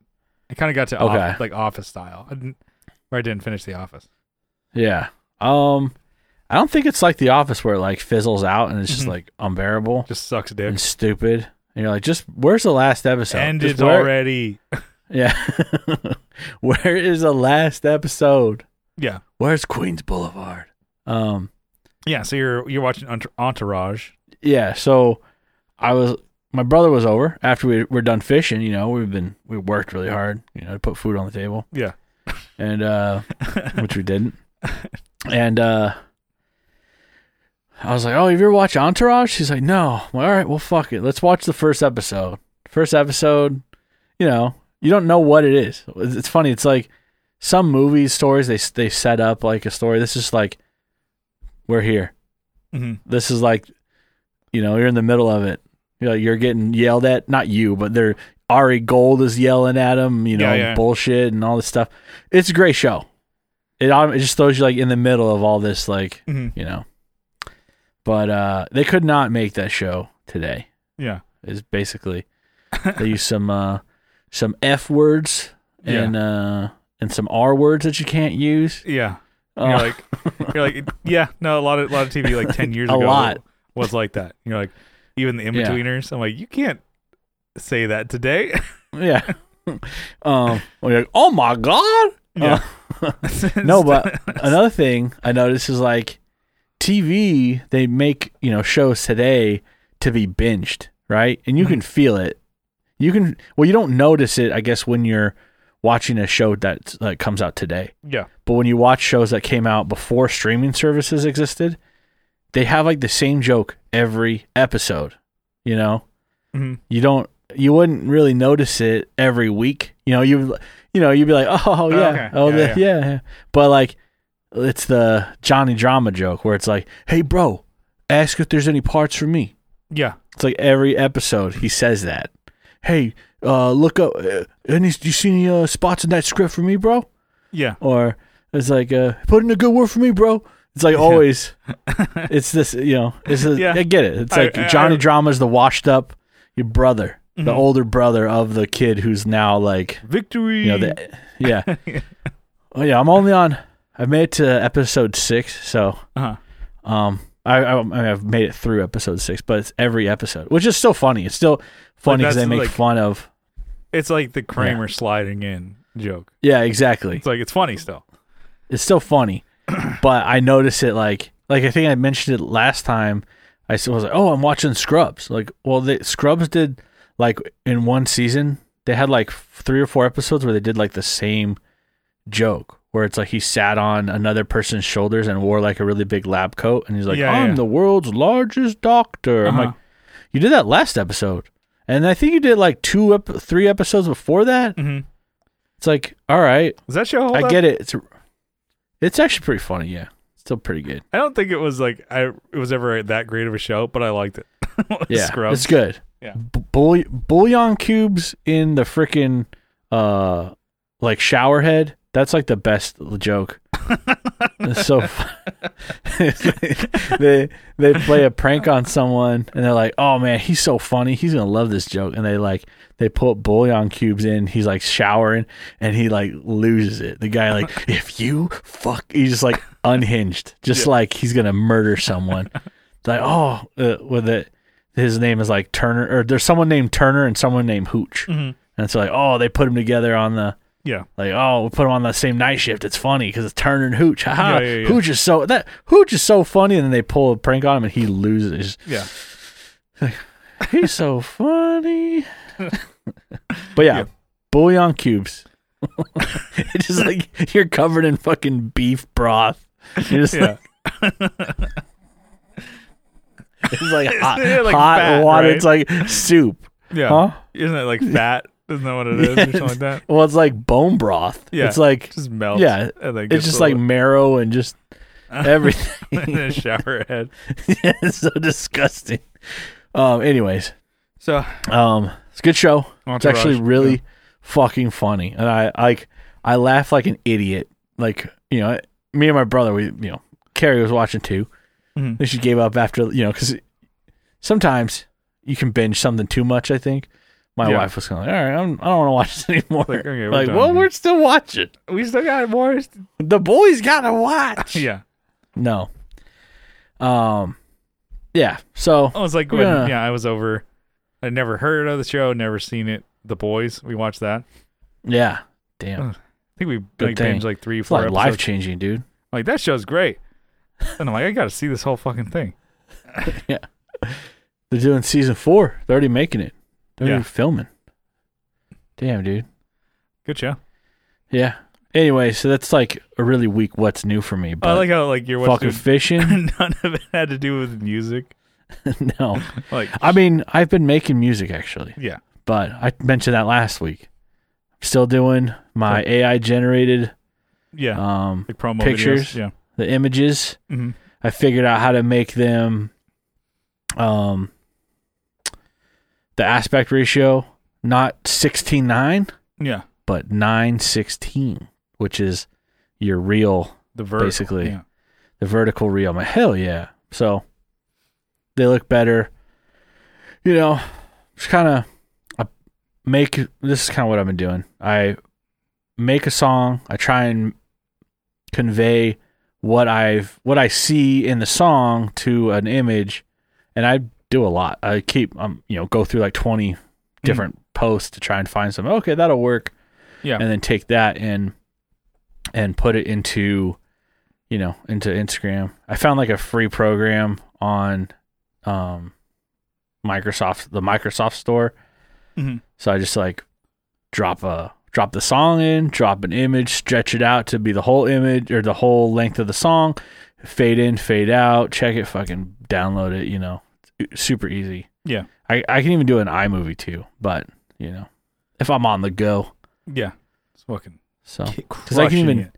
[SPEAKER 1] I kind of got to
[SPEAKER 2] Okay.
[SPEAKER 1] off, like Office style. I didn't. Or I didn't finish the Office.
[SPEAKER 2] Yeah. Um, I don't think it's like The Office where it like fizzles out and it's just
[SPEAKER 1] Mhm.
[SPEAKER 2] like unbearable
[SPEAKER 1] Just sucks
[SPEAKER 2] and
[SPEAKER 1] dick.
[SPEAKER 2] stupid. And you're like, just where's the last episode?
[SPEAKER 1] And
[SPEAKER 2] Just
[SPEAKER 1] it's
[SPEAKER 2] where-
[SPEAKER 1] already.
[SPEAKER 2] Yeah. Where is the last episode?
[SPEAKER 1] Yeah.
[SPEAKER 2] Where's Queens Boulevard? Um
[SPEAKER 1] Yeah. So you're you're watching Entour- Entourage.
[SPEAKER 2] yeah, so I was my brother was over after we were done fishing, you know, we've been we worked really hard, you know, to put food on the table.
[SPEAKER 1] Yeah.
[SPEAKER 2] And uh which we didn't. And uh I was like, "Oh, have you ever watched Entourage?" She's like, "No." I'm like, "All right, well, fuck it. Let's watch the first episode." First episode, you know, you don't know what it is. It's it's funny. It's like some movies, stories they they set up like a story. This is like we're here.
[SPEAKER 1] Mhm.
[SPEAKER 2] This is like, you know, you're in the middle of it. You're, like, you're getting yelled at. Not you, but they're Ari Gold is yelling at him. You know,
[SPEAKER 1] Yeah, yeah.
[SPEAKER 2] bullshit and all this stuff. It's a great show. It autom- it just throws you like in the middle of all this like
[SPEAKER 1] Mhm.
[SPEAKER 2] you know. But uh, they could not make that show today.
[SPEAKER 1] Yeah.
[SPEAKER 2] Is basically they use some uh, some f words
[SPEAKER 1] Yeah.
[SPEAKER 2] and uh, and some r words that you can't use.
[SPEAKER 1] Yeah.
[SPEAKER 2] Uh,
[SPEAKER 1] You're like, you're like, yeah, no, a lot of a lot of TV like ten years
[SPEAKER 2] A
[SPEAKER 1] ago
[SPEAKER 2] lot.
[SPEAKER 1] was like that. You're like, even the in
[SPEAKER 2] Yeah.
[SPEAKER 1] betweeners. I'm like, you can't say that today.
[SPEAKER 2] yeah. um, well, you're like, oh my god.
[SPEAKER 1] Yeah.
[SPEAKER 2] Uh, No, but another thing I noticed is like TV. They make you know shows today to be binged, right? And you can feel it. You can well, you don't notice it, I guess, when you're watching a show that uh, comes out today.
[SPEAKER 1] yeah,
[SPEAKER 2] But when you watch shows that came out before streaming services existed, they have like the same joke every episode. You know,
[SPEAKER 1] Mhm.
[SPEAKER 2] you don't, you wouldn't really notice it every week. You know, you, you know, you'd be like, oh yeah,
[SPEAKER 1] okay.
[SPEAKER 2] oh
[SPEAKER 1] Yeah,
[SPEAKER 2] the- yeah, yeah, But like, it's the Johnny Drama joke where it's like, hey bro, ask if there's any parts for me.
[SPEAKER 1] yeah,
[SPEAKER 2] It's like every episode he says that. Hey, uh, look up. Uh, any you see any uh, spots in that script for me, bro?
[SPEAKER 1] yeah.
[SPEAKER 2] or it's like uh, put in a good word for me, bro. It's like always, it's this you know, it's a,
[SPEAKER 1] Yeah.
[SPEAKER 2] I get it. It's
[SPEAKER 1] I-
[SPEAKER 2] like
[SPEAKER 1] I- Mm-hmm.
[SPEAKER 2] Johnny
[SPEAKER 1] I-
[SPEAKER 2] Drama's the washed up your brother, the older brother of the kid who's now like
[SPEAKER 1] Victory.
[SPEAKER 2] you know the yeah, oh yeah. I'm only on. I've made it to episode six, so
[SPEAKER 1] uh-huh.
[SPEAKER 2] um, I, I I mean, I've made it through episode six, but it's every episode, which is still funny. It's still funny because
[SPEAKER 1] that's
[SPEAKER 2] they make
[SPEAKER 1] like-
[SPEAKER 2] fun of.
[SPEAKER 1] It's like the Kramer sliding in joke.
[SPEAKER 2] Yeah, exactly.
[SPEAKER 1] It's like it's funny still.
[SPEAKER 2] it's still funny, but I notice it like like I think I mentioned it last time. I s- was like, oh, I'm watching Scrubs. Like, well, they, Scrubs did like in one season they had like three or four episodes where they did like the same joke where it's like he sat on another person's shoulders and wore like a really big lab coat and he's like
[SPEAKER 1] Yeah,
[SPEAKER 2] I'm
[SPEAKER 1] yeah.
[SPEAKER 2] the world's largest doctor. I'm
[SPEAKER 1] Uh-huh.
[SPEAKER 2] like you did that last episode. And I think you did like two ep- three episodes before that.
[SPEAKER 1] Mhm.
[SPEAKER 2] It's like all right,
[SPEAKER 1] Does that show hold
[SPEAKER 2] I
[SPEAKER 1] up?
[SPEAKER 2] get it. It's it's actually pretty funny, yeah. Still pretty good.
[SPEAKER 1] I don't think it was like I it was ever that great of a show, but I liked it.
[SPEAKER 2] Yeah.
[SPEAKER 1] Scrubs.
[SPEAKER 2] It's good.
[SPEAKER 1] Yeah.
[SPEAKER 2] B- bull- bouillon cubes in the freaking uh like shower head. That's like the best joke. It's so fu- they they play a prank on someone and they're like, "Oh man, he's so funny. He's going to love this joke." And they like they put bouillon cubes in. He's like showering and he like loses it. The guy like, "If you fuck." He's just like unhinged. Just like he's going to murder someone. like, "Oh, uh, with it his name is like Turner, or there's someone named Turner and someone named Hooch.
[SPEAKER 1] Mhm.
[SPEAKER 2] And it's like, oh, they put them together on the
[SPEAKER 1] Yeah.
[SPEAKER 2] like, oh, we put them on the same night shift. It's funny because it's Turner and Hooch. Haha,
[SPEAKER 1] Yeah, yeah, yeah.
[SPEAKER 2] Hooch is so that Hooch is so funny, and then they pull a prank on him and he loses.
[SPEAKER 1] Yeah.
[SPEAKER 2] He's so funny. but yeah,
[SPEAKER 1] Yeah.
[SPEAKER 2] bouillon cubes. it's just like you're covered in fucking beef broth. You're just
[SPEAKER 1] Yeah.
[SPEAKER 2] like, it's like hot,
[SPEAKER 1] it like
[SPEAKER 2] hot
[SPEAKER 1] fat,
[SPEAKER 2] water.
[SPEAKER 1] right?
[SPEAKER 2] It's like soup,
[SPEAKER 1] Yeah.
[SPEAKER 2] huh?
[SPEAKER 1] Isn't it like fat? Isn't that what it is? Or
[SPEAKER 2] Yeah,
[SPEAKER 1] something like that?
[SPEAKER 2] Well, it's like bone broth.
[SPEAKER 1] Yeah.
[SPEAKER 2] It's like
[SPEAKER 1] Just melts.
[SPEAKER 2] Yeah,
[SPEAKER 1] And then
[SPEAKER 2] it's
[SPEAKER 1] gets
[SPEAKER 2] just
[SPEAKER 1] a
[SPEAKER 2] like
[SPEAKER 1] little-
[SPEAKER 2] marrow and just
[SPEAKER 1] in
[SPEAKER 2] everything.
[SPEAKER 1] a shower head.
[SPEAKER 2] it's so disgusting. Um. Anyways,
[SPEAKER 1] So
[SPEAKER 2] um, it's a good show. It's
[SPEAKER 1] Entourage,
[SPEAKER 2] actually really fucking funny, and I like I laugh like an idiot. Like you know, me and my brother, we you know, Carrie was watching too.
[SPEAKER 1] Mhm.
[SPEAKER 2] Then she gave up after you know because sometimes you can binge something too much. I think my
[SPEAKER 1] Yeah.
[SPEAKER 2] wife was kind of like, all right, I'm, I don't want to watch this anymore.
[SPEAKER 1] Like, okay, we're
[SPEAKER 2] like
[SPEAKER 1] done
[SPEAKER 2] well,
[SPEAKER 1] here.
[SPEAKER 2] we're still watching.
[SPEAKER 1] we still got more.
[SPEAKER 2] The boys gotta watch.
[SPEAKER 1] Yeah.
[SPEAKER 2] No. Um. Yeah. So
[SPEAKER 1] I was Oh, like, when,
[SPEAKER 2] Yeah.
[SPEAKER 1] yeah. I was over. I'd never heard of the show, never seen it. The Boys, we watched that.
[SPEAKER 2] yeah. Damn.
[SPEAKER 1] Ugh, I think we
[SPEAKER 2] Good
[SPEAKER 1] like
[SPEAKER 2] thing.
[SPEAKER 1] binged like three,
[SPEAKER 2] It's like
[SPEAKER 1] four
[SPEAKER 2] life
[SPEAKER 1] episodes.
[SPEAKER 2] changing, dude.
[SPEAKER 1] Like that show's great. And I'm like, I got to see this whole fucking thing.
[SPEAKER 2] They're doing season four. They're already making it. They're
[SPEAKER 1] Yeah.
[SPEAKER 2] already filming. Damn, dude.
[SPEAKER 1] Good show.
[SPEAKER 2] Yeah. Anyway, so that's like a really weak what's new for me. But
[SPEAKER 1] I like how like you're
[SPEAKER 2] fucking
[SPEAKER 1] watching.
[SPEAKER 2] fishing.
[SPEAKER 1] None of it had to do with music.
[SPEAKER 2] no.
[SPEAKER 1] Like,
[SPEAKER 2] I mean, I've been making music actually,
[SPEAKER 1] yeah,
[SPEAKER 2] but I mentioned that last week. I'm still doing my AI generated
[SPEAKER 1] yeah,
[SPEAKER 2] um
[SPEAKER 1] like promo
[SPEAKER 2] pictures.
[SPEAKER 1] Videos. Yeah,
[SPEAKER 2] the images.
[SPEAKER 1] Mhm.
[SPEAKER 2] I figured out how to make them um the aspect ratio not 16:9
[SPEAKER 1] yeah.
[SPEAKER 2] but 9:16 which is your real
[SPEAKER 1] The vertical.
[SPEAKER 2] Basically.
[SPEAKER 1] yeah.
[SPEAKER 2] the vertical reel. My hell yeah. So they look better. You know, just kind of I make this is kind of what I've been doing. I make a song, I try and convey what I've what I see in the song to an image and I do a lot. I keep um you know go through like 20 different posts to try and find some okay, that'll work.
[SPEAKER 1] Yeah.
[SPEAKER 2] And then take that and and put it into you know, into Instagram. I found like a free program on um Microsoft the Microsoft store.
[SPEAKER 1] Mhm.
[SPEAKER 2] So I just like drop a drop the song in, drop an image, stretch it out to be the whole image or the whole length of the song, fade in, fade out, check it, fucking download it, you know. It's super easy.
[SPEAKER 1] Yeah.
[SPEAKER 2] I, I can even do an iMovie too, but you know, if I'm on the go.
[SPEAKER 1] yeah. It's fucking
[SPEAKER 2] So
[SPEAKER 1] because
[SPEAKER 2] Oh. I can even-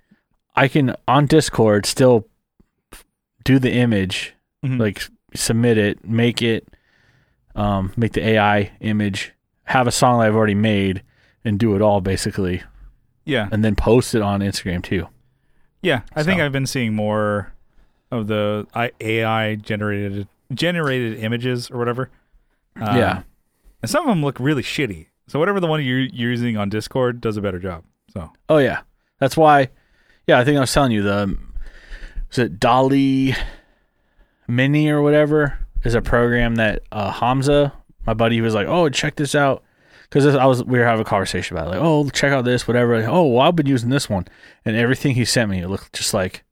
[SPEAKER 2] I can on Discord still do the image,
[SPEAKER 1] Hmm. Mm-hmm.
[SPEAKER 2] like submit it, make it, um, make the AI image, have a song that I've already made, and do it all basically,
[SPEAKER 1] yeah,
[SPEAKER 2] and then post it on Instagram too.
[SPEAKER 1] yeah. I think
[SPEAKER 2] So.
[SPEAKER 1] I've been seeing more of the I- AI generated generated images or whatever. Um,
[SPEAKER 2] yeah,
[SPEAKER 1] and some of them look really shitty. So whatever the one you're using on Discord does a better job. So
[SPEAKER 2] oh yeah, that's why. Yeah, I think I was telling you the is it Dolly Mini or whatever is a program that uh, Hamza, my buddy, was like, oh, check this out. Because I was, we were having a conversation about it, like, oh, check out this, whatever. Like, oh, well, I've been using this one, and everything he sent me it looked just like,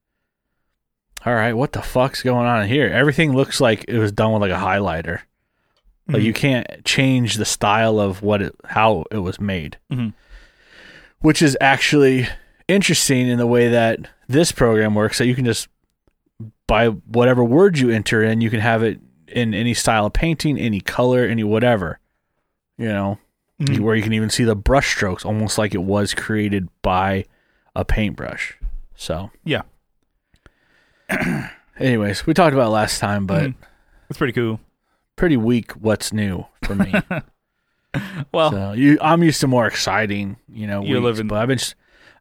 [SPEAKER 2] all right, what the fuck's going on here? Everything looks like it was done with like a highlighter, Like
[SPEAKER 1] Mhm.
[SPEAKER 2] you can't change the style of what it, how it was made,
[SPEAKER 1] Mhm.
[SPEAKER 2] which is actually interesting in the way that this program works. That you can just by whatever word you enter in, you can have it in any style of painting, any color, any whatever. You know,
[SPEAKER 1] Mhm.
[SPEAKER 2] where you can even see the brush strokes, almost like it was created by a paintbrush. So
[SPEAKER 1] Yeah.
[SPEAKER 2] Anyways, we talked about it last time, but
[SPEAKER 1] Mhm. That's pretty cool.
[SPEAKER 2] pretty weak. What's new for me?
[SPEAKER 1] Well,
[SPEAKER 2] So you, I'm used to more exciting, you know.
[SPEAKER 1] You're
[SPEAKER 2] weeks,
[SPEAKER 1] living-
[SPEAKER 2] but I've been just,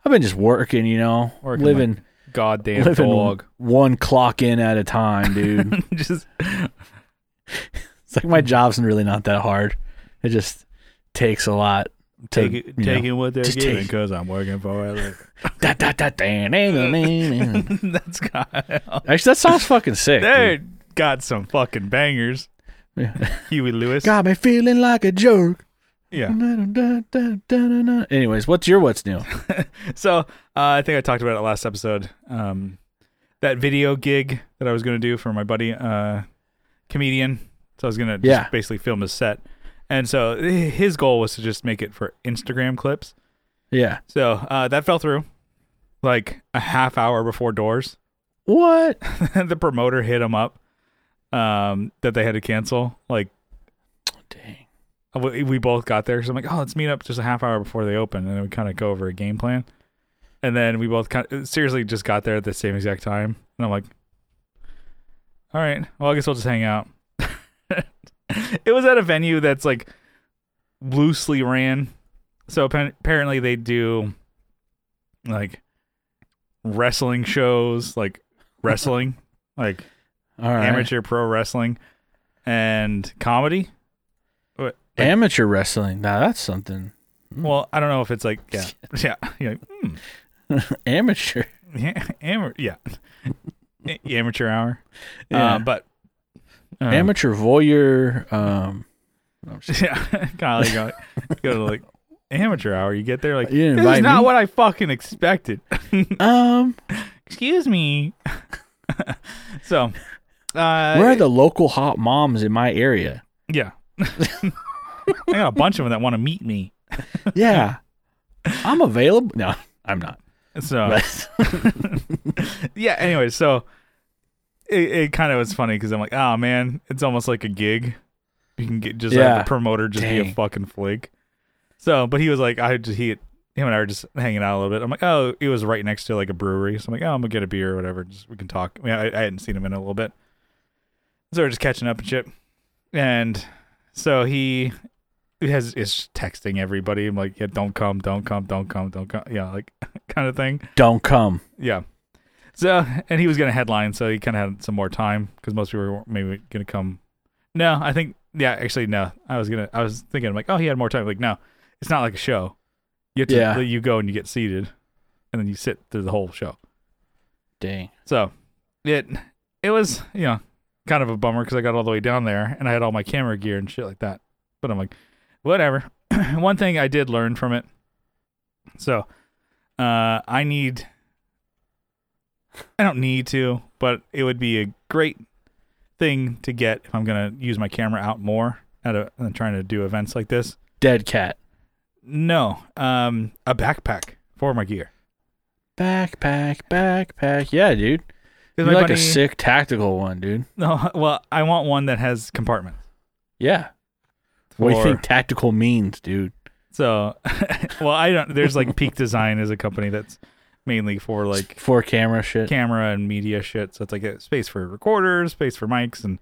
[SPEAKER 2] I've been just working, you know,
[SPEAKER 1] Working
[SPEAKER 2] living,
[SPEAKER 1] goddamn
[SPEAKER 2] living
[SPEAKER 1] dog.
[SPEAKER 2] one clock in at a time, dude.
[SPEAKER 1] Just
[SPEAKER 2] it's like my job's really not that hard. It just takes a lot. To,
[SPEAKER 1] take it, taking what they're
[SPEAKER 2] just
[SPEAKER 1] giving
[SPEAKER 2] take-
[SPEAKER 1] because I'm working for it.
[SPEAKER 2] da, da, da, da, da, da, da, da.
[SPEAKER 1] That's Kyle.
[SPEAKER 2] Actually, that sounds fucking sick. dude.
[SPEAKER 1] They got some fucking bangers.
[SPEAKER 2] Yeah.
[SPEAKER 1] Huey Lewis.
[SPEAKER 2] Got me feeling like a jerk.
[SPEAKER 1] Yeah.
[SPEAKER 2] Da-da-da-da-da-da. Anyways, what's your what's new?
[SPEAKER 1] So uh, I think I talked about it last episode. Um, that video gig that I was going to do for my buddy, uh, comedian. So I was going to
[SPEAKER 2] Yeah.
[SPEAKER 1] just basically film his set. And so h- his goal was to just make it for Instagram clips.
[SPEAKER 2] Yeah.
[SPEAKER 1] So uh, that fell through like a half hour before doors.
[SPEAKER 2] What?
[SPEAKER 1] the promoter hit him up um, that they had to cancel. Like
[SPEAKER 2] Dang.
[SPEAKER 1] Uh, we we both got there. So I'm like, oh, let's meet up just a half hour before they open, and then we kind of go over a game plan. And then we both kind seriously just got there at the same exact time, and I'm like, all right, well, I guess we'll just hang out. it was at a venue that's like loosely ran, so appa- apparently they do like wrestling shows, like wrestling, like
[SPEAKER 2] All right. Amateur,
[SPEAKER 1] amateur pro wrestling, and comedy.
[SPEAKER 2] wrestling. Now that's something.
[SPEAKER 1] Well, I don't know if it's like yeah, yeah, you're like, hmm,
[SPEAKER 2] Amateur.
[SPEAKER 1] yeah, amateur, yeah, A- amateur hour.
[SPEAKER 2] Yeah.
[SPEAKER 1] Uh, but uh,
[SPEAKER 2] Amateur voyeur. Um, I'm just-
[SPEAKER 1] yeah, kind of like you go to like amateur hour. You get there like
[SPEAKER 2] You didn't
[SPEAKER 1] this is
[SPEAKER 2] invite
[SPEAKER 1] not
[SPEAKER 2] me."
[SPEAKER 1] what I fucking expected.
[SPEAKER 2] um,
[SPEAKER 1] Excuse me. so, uh,
[SPEAKER 2] where are the local hot moms in my area?
[SPEAKER 1] yeah, I got a bunch of them that want to meet me.
[SPEAKER 2] Yeah, I'm available. No, I'm not.
[SPEAKER 1] So
[SPEAKER 2] But-
[SPEAKER 1] yeah. Anyway, so it, it kind of was funny because I'm like, oh man, it's almost like a gig. You can get just have
[SPEAKER 2] Yeah.
[SPEAKER 1] the promoter just be a
[SPEAKER 2] Dang.
[SPEAKER 1] fucking flake. So, but he was like, I just he him and I were just hanging out a little bit. I'm like, oh, it was right next to like a brewery, so I'm like, oh, I'm gonna get a beer or whatever. Just we can talk. I, mean, I, I hadn't seen him in a little bit, so we're just catching up and shit. And so he has is texting everybody. I'm like, yeah, don't come, don't come, don't come, don't come. Yeah, like kind of thing.
[SPEAKER 2] Don't come.
[SPEAKER 1] Yeah. So, and he was going to headline, so he kind of had some more time because most people were maybe going to come. No, I think, yeah, actually, no. I was going to, I was thinking, I'm like, oh, he had more time. Like, no, it's not like a show. You have to,
[SPEAKER 2] Yeah.
[SPEAKER 1] you go and you get seated and then you sit through the whole show.
[SPEAKER 2] Dang.
[SPEAKER 1] So it, it was, you know, kind of a bummer because I got all the way down there and I had all my camera gear and shit like that. But I'm like, whatever. One thing I did learn from it. So, uh, I need, I don't need to, but it would be a great thing to get if I'm going to use my camera out more at a, and trying to do events like this.
[SPEAKER 2] Dead cat.
[SPEAKER 1] No, um, a backpack for my gear.
[SPEAKER 2] Backpack. Backpack. Yeah, dude.
[SPEAKER 1] 'Cause
[SPEAKER 2] You're
[SPEAKER 1] my
[SPEAKER 2] like a
[SPEAKER 1] buddy-
[SPEAKER 2] sick tactical one, dude.
[SPEAKER 1] No, well, I want one that has compartments.
[SPEAKER 2] Yeah. What do you
[SPEAKER 1] for-
[SPEAKER 2] think tactical means, dude?
[SPEAKER 1] So, well, I don't. There's like Peak Design is a company that's mainly for like
[SPEAKER 2] Four camera shit.
[SPEAKER 1] camera and media shit. So it's like a space for recorders, space for mics and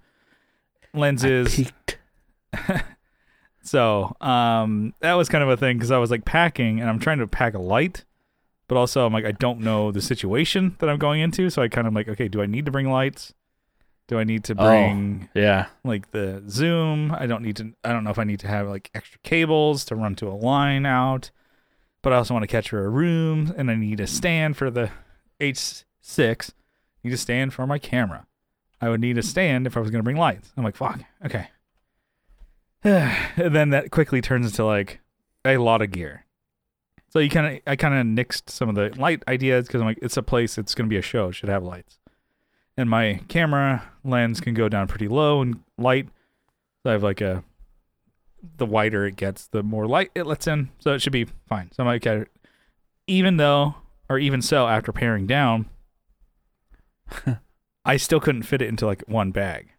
[SPEAKER 1] lenses.
[SPEAKER 2] Peaked.
[SPEAKER 1] So, um, that was kind of a thing because I was like packing and I'm trying to pack a light, but also I'm like I don't know the situation that I'm going into. So I kind of like, okay, do I need to bring lights? Do I need to
[SPEAKER 2] Oh.
[SPEAKER 1] bring?
[SPEAKER 2] Yeah.
[SPEAKER 1] like the zoom i don't need to i don't know if i need to have like extra cables to run to a line out but i also want to catch her a room and i need a stand for the h6 need a stand for my camera i would need a stand if i was going to bring lights i'm like fuck okay and then that quickly turns into like a lot of gear so you kind of i kind of nixed some of the light ideas because i'm like it's a place it's going to be a show it should have lights and my camera lens can go down pretty low and light. So So I have like a the whiter it gets, the more light it lets in. So it should be fine. So I'm like, okay, even though, or even so, after paring down, I still couldn't fit it into like one bag.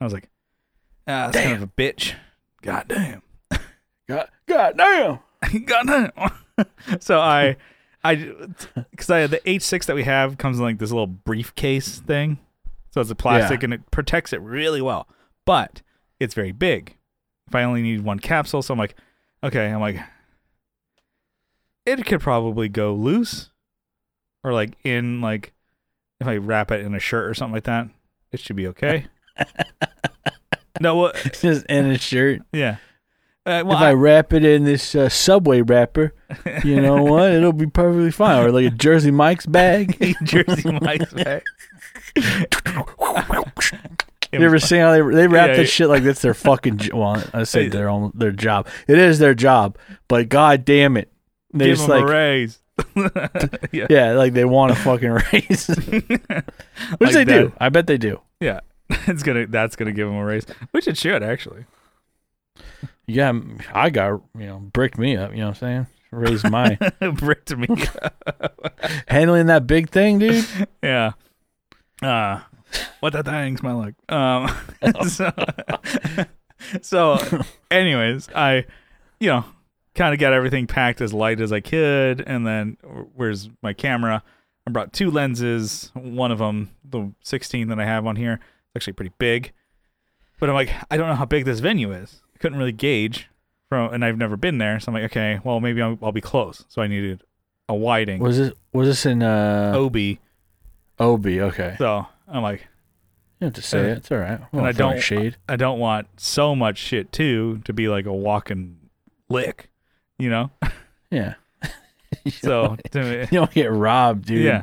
[SPEAKER 1] I was like, ah, that's kind of a bitch. God damn.
[SPEAKER 2] God, God damn.
[SPEAKER 1] God damn. so I, I, because I the H6 that we have comes in like this little briefcase thing. So it's a plastic and it protects it really well, but it's very big. If I only need one capsule, so I'm like, okay, I'm like, it could probably go loose, or like in like, if I wrap it in a shirt or something like that, it should be okay. no, well,
[SPEAKER 2] Just in a shirt.
[SPEAKER 1] yeah. Uh, well,
[SPEAKER 2] if I, wrap it in this uh, subway wrapper, you know what? It'll be perfectly fine. Or like a Jersey Mike's bag. you
[SPEAKER 1] Jersey Mike's bag.
[SPEAKER 2] ever seen how they they wrap
[SPEAKER 1] Yeah,
[SPEAKER 2] that
[SPEAKER 1] yeah.
[SPEAKER 2] shit like that's their fucking jo- well? I say
[SPEAKER 1] Yeah.
[SPEAKER 2] their own their job. It is their job, but god damn it, they
[SPEAKER 1] Give
[SPEAKER 2] just
[SPEAKER 1] him a
[SPEAKER 2] like
[SPEAKER 1] raise. yeah.
[SPEAKER 2] yeah, like they want a fucking raise, which they
[SPEAKER 1] that.
[SPEAKER 2] do. I bet they do.
[SPEAKER 1] Yeah. It's gonna that's gonna give him a raise. Which it should actually.
[SPEAKER 2] Yeah, m- I got you know bricked me up. You know what I'm saying? Raised my
[SPEAKER 1] Brick to me.
[SPEAKER 2] handling that big thing, dude.
[SPEAKER 1] yeah. Uh what that thing smell like. Um so, so anyways, I you know, kind of got everything packed as light as I could and then where's my camera? I brought two lenses, one of them the 16 that I have on here. It's actually pretty big. But I'm like, I don't know how big this venue is. I couldn't really gauge from and I've never been there, so I'm like, okay, well maybe I'll, I'll be close. So I needed a widening.
[SPEAKER 2] Was this was this in uh,
[SPEAKER 1] OB.
[SPEAKER 2] OB? Okay,
[SPEAKER 1] So I'm like,
[SPEAKER 2] you have to say it. It's all right.
[SPEAKER 1] Uh, and I don't
[SPEAKER 2] shade.
[SPEAKER 1] I don't want so much shit too to be like a walking lick, you know.
[SPEAKER 2] Yeah.
[SPEAKER 1] So to,
[SPEAKER 2] You don't get robbed, dude.
[SPEAKER 1] yeah,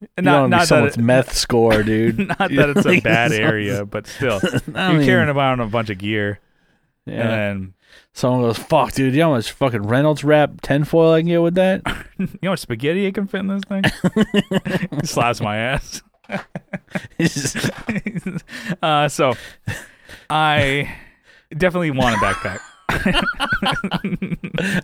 [SPEAKER 2] You
[SPEAKER 1] not
[SPEAKER 2] don't want to be
[SPEAKER 1] not that
[SPEAKER 2] someone's
[SPEAKER 1] it,
[SPEAKER 2] meth score, dude.
[SPEAKER 1] not that it's a
[SPEAKER 2] Like,
[SPEAKER 1] bad
[SPEAKER 2] someone's-
[SPEAKER 1] area, but still,
[SPEAKER 2] I
[SPEAKER 1] you're
[SPEAKER 2] mean,
[SPEAKER 1] carrying about a bunch of gear,
[SPEAKER 2] yeah.
[SPEAKER 1] and
[SPEAKER 2] Someone goes, "Fuck, dude! You know how much fucking Reynolds wrap tinfoil I can get with that?"
[SPEAKER 1] then you know what spaghetti it can fit in this thing? Slaps my ass.
[SPEAKER 2] It's just-
[SPEAKER 1] uh, so I definitely want a backpack.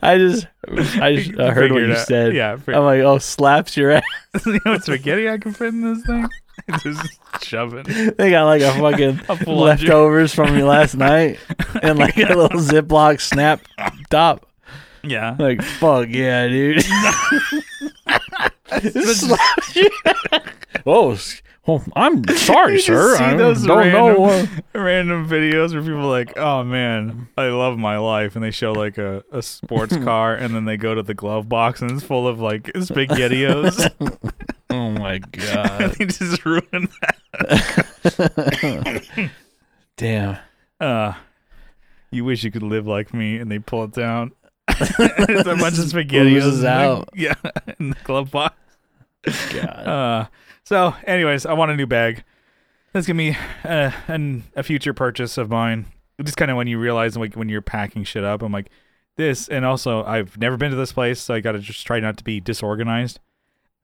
[SPEAKER 2] I just, I just I heard what
[SPEAKER 1] Figured
[SPEAKER 2] you
[SPEAKER 1] out-
[SPEAKER 2] said.
[SPEAKER 1] Yeah, for,
[SPEAKER 2] I'm like, "Oh, slaps your ass."
[SPEAKER 1] you know what spaghetti I can fit in this thing? Just shove it.
[SPEAKER 2] They got like a fucking
[SPEAKER 1] A plunger.
[SPEAKER 2] leftovers from you last night, and like a little Ziploc snap top.
[SPEAKER 1] Yeah.
[SPEAKER 2] Like, fuck yeah, dude! Just slaps you. oh, s- oh, I'm sorry,
[SPEAKER 1] You just
[SPEAKER 2] sir.
[SPEAKER 1] see
[SPEAKER 2] I
[SPEAKER 1] those
[SPEAKER 2] don't know.
[SPEAKER 1] random-
[SPEAKER 2] What,
[SPEAKER 1] Random videos where people are like, oh man, I love my life. And they show like a, a sports car and then they go to the glove box and it's full of like spaghettios.
[SPEAKER 2] oh my god!
[SPEAKER 1] they just ruin
[SPEAKER 2] Damn.
[SPEAKER 1] that. Uh, you wish you could live like me and they pull it down. it's a bunch of spaghettios. in the-
[SPEAKER 2] out.
[SPEAKER 1] Yeah, in the glove box.
[SPEAKER 2] God.
[SPEAKER 1] Uh, so, anyways, I want a new bag. That's gonna be uh, an, a future purchase of mine. Just kind of when you realize like when you're packing shit up, I'm like this, and also I've never been to this place, so I gotta just try not to be disorganized.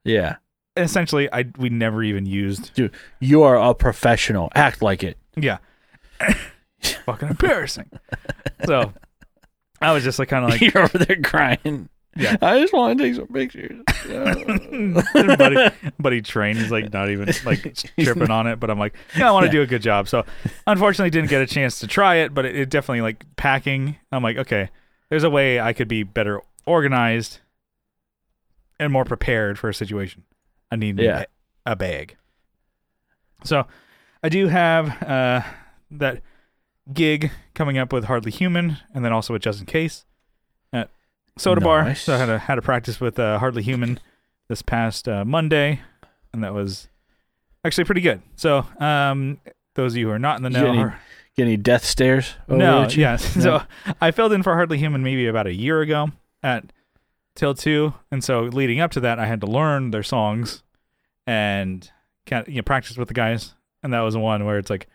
[SPEAKER 2] Yeah.
[SPEAKER 1] Essentially, I we never even used.
[SPEAKER 2] Dude, you are a professional. Act like it.
[SPEAKER 1] Yeah, fucking embarrassing. so I was just like kind of like
[SPEAKER 2] You're over there crying.
[SPEAKER 1] Yeah.
[SPEAKER 2] I just want to take some pictures.
[SPEAKER 1] buddy, buddy train. He's like not even like tripping on it, but I'm like, yeah, I want to do a good job. So unfortunately didn't get a chance to try it, but it, it definitely like packing. I'm like, okay, there's a way I could be better organized and more prepared for a situation. I need
[SPEAKER 2] Yeah.
[SPEAKER 1] a, a bag. So I do have uh, that gig coming up with Hardly Human, and then also with Just in Case at Soda Bar.
[SPEAKER 2] Nice.
[SPEAKER 1] So I had a had a practice with uh, Hardly Human this past uh, Monday, and that was actually pretty good. So um, those of you who are not in the
[SPEAKER 2] You
[SPEAKER 1] know,
[SPEAKER 2] any
[SPEAKER 1] are-
[SPEAKER 2] Get any death stares? over
[SPEAKER 1] no,
[SPEAKER 2] at you?
[SPEAKER 1] yes. So I filled in for Hardly Human maybe about a year ago at Till Two, and so leading up to that, I had to learn their songs and kind of, you know, practice with the guys. And that was one where it's like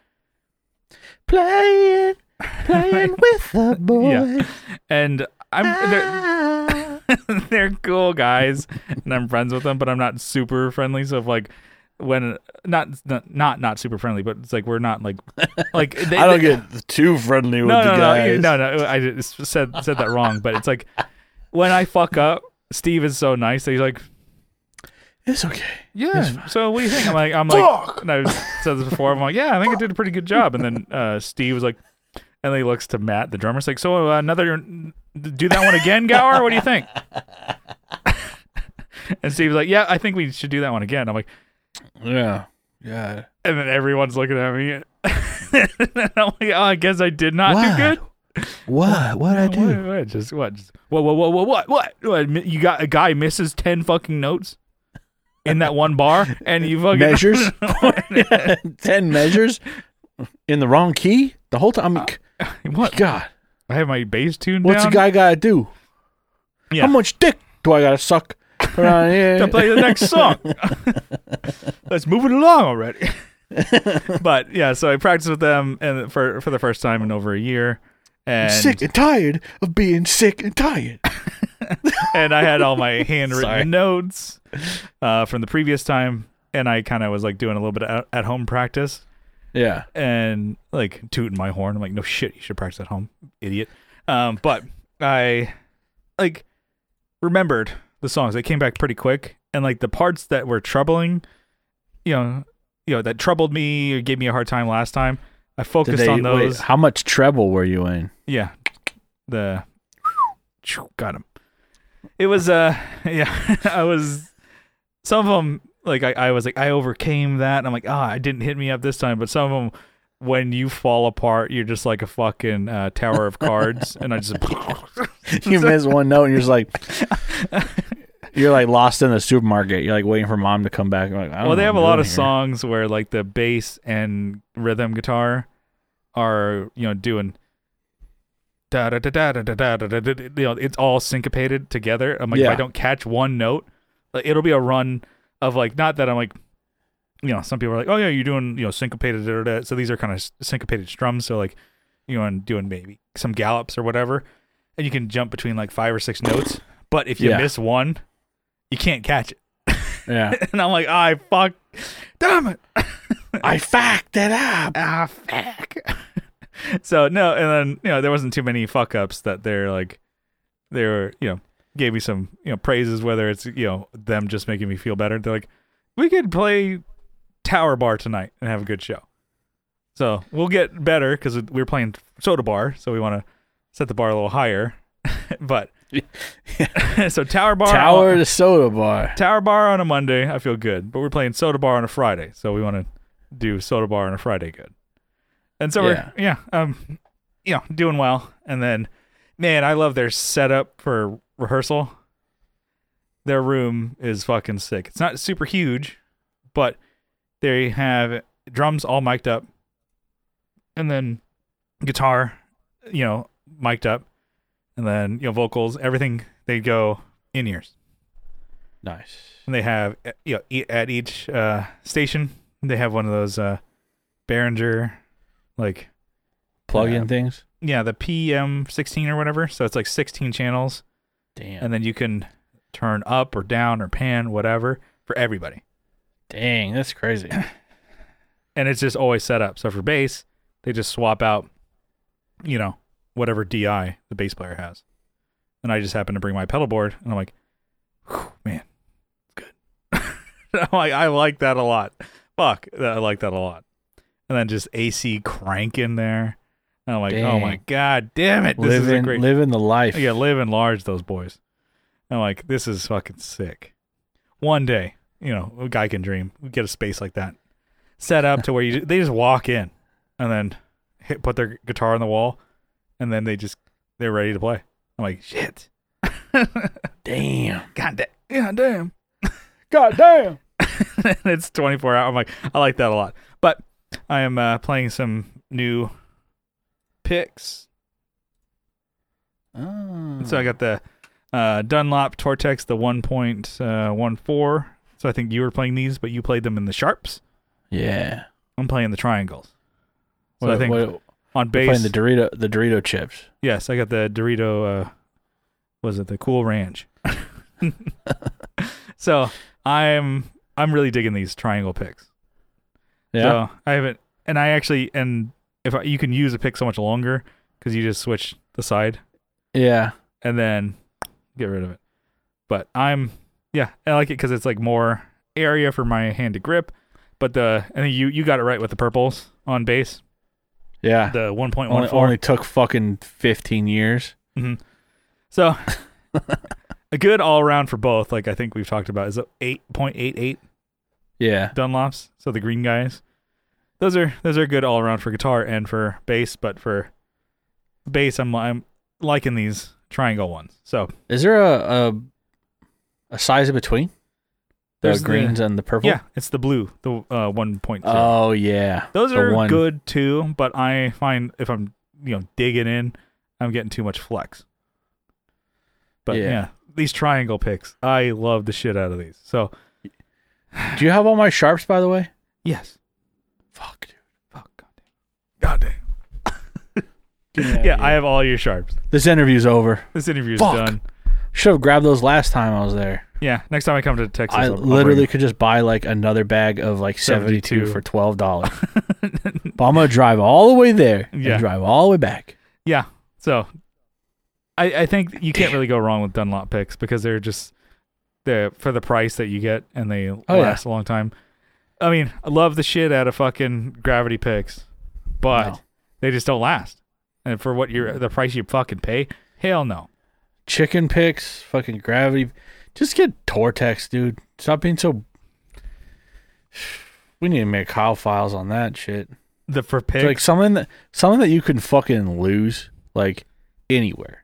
[SPEAKER 2] Playing, playing with the boy.
[SPEAKER 1] Yeah. and I'm they're,
[SPEAKER 2] Ah.
[SPEAKER 1] they're cool guys and I'm friends with them, but I'm not super friendly. So if like when not not not, not super friendly, but it's like we're not like like they,
[SPEAKER 2] I don't
[SPEAKER 1] they-
[SPEAKER 2] get too friendly with
[SPEAKER 1] no,
[SPEAKER 2] the
[SPEAKER 1] no, no,
[SPEAKER 2] guys.
[SPEAKER 1] no, no, I just said said that wrong, but it's like when I fuck up, Steve is so nice that he's like,
[SPEAKER 2] It's okay.
[SPEAKER 1] yeah. So what do you think? I'm like, I'm like,
[SPEAKER 2] Fuck!
[SPEAKER 1] and I've said this before. I'm like, yeah, I think I did a pretty good job. And then uh, Steve was like, and then he looks to Matt, the drummer, he's like, so uh, another, do that one again, Gower. What do you think? and Steve's like, yeah, I think we should do that one again. I'm like,
[SPEAKER 2] Yeah. Yeah.
[SPEAKER 1] and then everyone's looking at me. and I'm like, oh, I guess I did not do good.
[SPEAKER 2] What? What I
[SPEAKER 1] What, what, just what? Just, what? What? What? What? What? What? What? mi- You got a guy misses ten fucking notes in that one bar, and you fucking
[SPEAKER 2] Measures? Ten measures in the wrong key the whole
[SPEAKER 1] Uh,
[SPEAKER 2] time. I mean,
[SPEAKER 1] what?
[SPEAKER 2] God,
[SPEAKER 1] I have my bass tuned.
[SPEAKER 2] what's
[SPEAKER 1] down
[SPEAKER 2] a guy gotta do?
[SPEAKER 1] Yeah.
[SPEAKER 2] How much dick do I gotta suck around here?
[SPEAKER 1] to play the next song? Let's move it along already. but yeah, so I practiced with them, and for for the first time in over a year, and
[SPEAKER 2] sick and tired of being sick and tired.
[SPEAKER 1] and I had all my handwritten
[SPEAKER 2] Sorry.
[SPEAKER 1] notes uh, from the previous time, and I kind of was like doing a little bit of at home practice.
[SPEAKER 2] Yeah.
[SPEAKER 1] and like tooting my horn. I'm like, no shit, you should practice at home, idiot. Um, but I like remembered the songs. They came back pretty quick, and like the parts that were troubling, you know, you know that troubled me or gave me a hard time last time. I
[SPEAKER 2] Did
[SPEAKER 1] focused
[SPEAKER 2] they,
[SPEAKER 1] on
[SPEAKER 2] wait,
[SPEAKER 1] those.
[SPEAKER 2] how much treble were you in?
[SPEAKER 1] Yeah, the got him. It was uh, yeah, I was some of them like I, I was like I overcame that. And I'm like ah, it didn't hit me up this time. But some of them, when you fall apart, you're just like a fucking uh, tower of cards, and I just
[SPEAKER 2] You miss one note and you're just like, you're like lost in the supermarket. You're like waiting for mom to come back. You're like, I don't
[SPEAKER 1] well, they
[SPEAKER 2] know
[SPEAKER 1] have a
[SPEAKER 2] what I'm
[SPEAKER 1] lot
[SPEAKER 2] doing
[SPEAKER 1] of
[SPEAKER 2] here.
[SPEAKER 1] songs where like the bass and rhythm guitar are you know doing da da da da da da da da da. da- You know, it's all syncopated together. I'm like, if I
[SPEAKER 2] Yeah.
[SPEAKER 1] don't catch one note, like, it'll be a run of like not that I'm like, you know, some people are like, oh yeah, you're doing you know syncopated. Da, da, da. So these are kind of syncopated strums. So like, you know, and doing maybe some gallops or whatever, and you can jump between like five or six notes. But if you
[SPEAKER 2] Yeah.
[SPEAKER 1] miss one, you can't catch it.
[SPEAKER 2] Yeah.
[SPEAKER 1] And I'm like, I fuck, damn it.
[SPEAKER 2] I fact it up.
[SPEAKER 1] ah fuck. so no, and then you know there wasn't too many fuck ups that they're like they were you know gave me some you know praises whether it's you know them just making me feel better. They're like we could play Tower Bar tonight and have a good show. So we'll get better because we we're playing Soda Bar, so we want to set the bar a little higher. but so Tower Bar
[SPEAKER 2] Tower to soda bar.
[SPEAKER 1] Tower Bar on a Monday, I feel good. But we're playing Soda Bar on a Friday, so we want to do Soda Bar on a Friday good. And so we're yeah, um you know, doing well. And then man, I love their setup for rehearsal. Their room is fucking sick. It's not super huge, but they have drums all mic'd up. And then guitar, you know, mic'd up. And then, you know, vocals, everything they go in ears
[SPEAKER 2] Nice.
[SPEAKER 1] and they have uh, you know e- at each uh, station they have one of those uh, Behringer, like
[SPEAKER 2] Plug
[SPEAKER 1] Yeah.
[SPEAKER 2] in things.
[SPEAKER 1] yeah the PM sixteen or whatever. So it's like sixteen channels,
[SPEAKER 2] Damn.
[SPEAKER 1] and then you can turn up or down or pan whatever for everybody.
[SPEAKER 2] Dang, that's crazy.
[SPEAKER 1] And it's just always set up. So for bass, they just swap out, you know, whatever DI the bass player has. And I just happen to bring my pedal board, and I'm like, whew, man, it's good. I'm like, I like that a lot. Fuck, that- I like that a lot. And then just AC crank in there. And I'm like, oh my
[SPEAKER 2] Dang.
[SPEAKER 1] god, damn it, this is a
[SPEAKER 2] living,
[SPEAKER 1] great.
[SPEAKER 2] living the life.
[SPEAKER 1] Yeah, live and large those boys. I'm like, this is fucking sick. One day, you know, a guy can dream. We get a space like that set up to where you they just walk in and then hit put their guitar on the wall and then they just they're ready to play. I'm like, shit.
[SPEAKER 2] Damn.
[SPEAKER 1] God damn. Yeah, damn.
[SPEAKER 2] God damn.
[SPEAKER 1] it's 24 hour. I'm like, I like that a lot. But I am uh, playing some new picks
[SPEAKER 2] Hmm.
[SPEAKER 1] So I got the uh, Dunlop Tortex, the 1.14. So I think you were playing these, but you played them in the sharps.
[SPEAKER 2] yeah.
[SPEAKER 1] I'm playing the triangles. So
[SPEAKER 2] What-
[SPEAKER 1] I think
[SPEAKER 2] what- we're
[SPEAKER 1] on
[SPEAKER 2] playing
[SPEAKER 1] base.
[SPEAKER 2] the Dorito the Dorito chips.
[SPEAKER 1] yes, I got the Dorito. Uh, was it the Cool Ranch? so I'm I'm really digging these triangle picks.
[SPEAKER 2] Yeah.
[SPEAKER 1] So I haven't, and I actually, and if I, you can use a pick so much longer because you just switch the side
[SPEAKER 2] yeah.
[SPEAKER 1] and then get rid of it. But I'm, yeah, I like it because it's like more area for my hand to grip. But the I think you you got it right with the purples on base,
[SPEAKER 2] Yeah.
[SPEAKER 1] the one point one
[SPEAKER 2] Only,
[SPEAKER 1] four.
[SPEAKER 2] only took fucking 15 years.
[SPEAKER 1] So a good all round for both. Like I think we've talked about is eight point eight eight
[SPEAKER 2] Yeah.
[SPEAKER 1] Dunlops. So the green guys. Those are those are good all around for guitar and for bass, but for bass, I'm I'm liking these triangle ones. So
[SPEAKER 2] Is there a a, a size in between? The
[SPEAKER 1] There's the-
[SPEAKER 2] greens and the purple?
[SPEAKER 1] yeah, it's the blue, the uh, one point zero.
[SPEAKER 2] Oh, yeah.
[SPEAKER 1] Those
[SPEAKER 2] the
[SPEAKER 1] are
[SPEAKER 2] one-
[SPEAKER 1] good too, but I find if I'm you know digging in, I'm getting too much flex. But
[SPEAKER 2] Yeah.
[SPEAKER 1] yeah. these triangle picks, I love the shit out of these. So
[SPEAKER 2] Do you have all my sharps, by the way?
[SPEAKER 1] yes,
[SPEAKER 2] Fuck, dude.
[SPEAKER 1] fuck, goddamn, goddamn. Yeah, I have all your sharps.
[SPEAKER 2] This interview's over.
[SPEAKER 1] This interview's
[SPEAKER 2] Fuck.
[SPEAKER 1] done.
[SPEAKER 2] Should have grabbed those last time I was there.
[SPEAKER 1] Yeah, next time I come to Texas,
[SPEAKER 2] I
[SPEAKER 1] I'll- I'll bring
[SPEAKER 2] literally
[SPEAKER 1] it.
[SPEAKER 2] could just buy like another bag of like 72,
[SPEAKER 1] 72.
[SPEAKER 2] for $12. but I'm going to drive all the way there
[SPEAKER 1] Yeah.
[SPEAKER 2] and drive all the way back.
[SPEAKER 1] yeah. So I I think you can't really go wrong with Dunlop picks because they're just they're for the price that you get and they
[SPEAKER 2] Oh, yeah.
[SPEAKER 1] last a long time. I mean, I love the shit out of fucking gravity picks, but
[SPEAKER 2] No. Mm.
[SPEAKER 1] they just don't last. And for what you're the price you fucking pay, hell no.
[SPEAKER 2] Chicken picks, fucking gravity. Just get Tortex, dude. Stop being so. We need to make Kyle files on that shit.
[SPEAKER 1] The for
[SPEAKER 2] It's like
[SPEAKER 1] picks,
[SPEAKER 2] something that something that you can fucking lose like anywhere.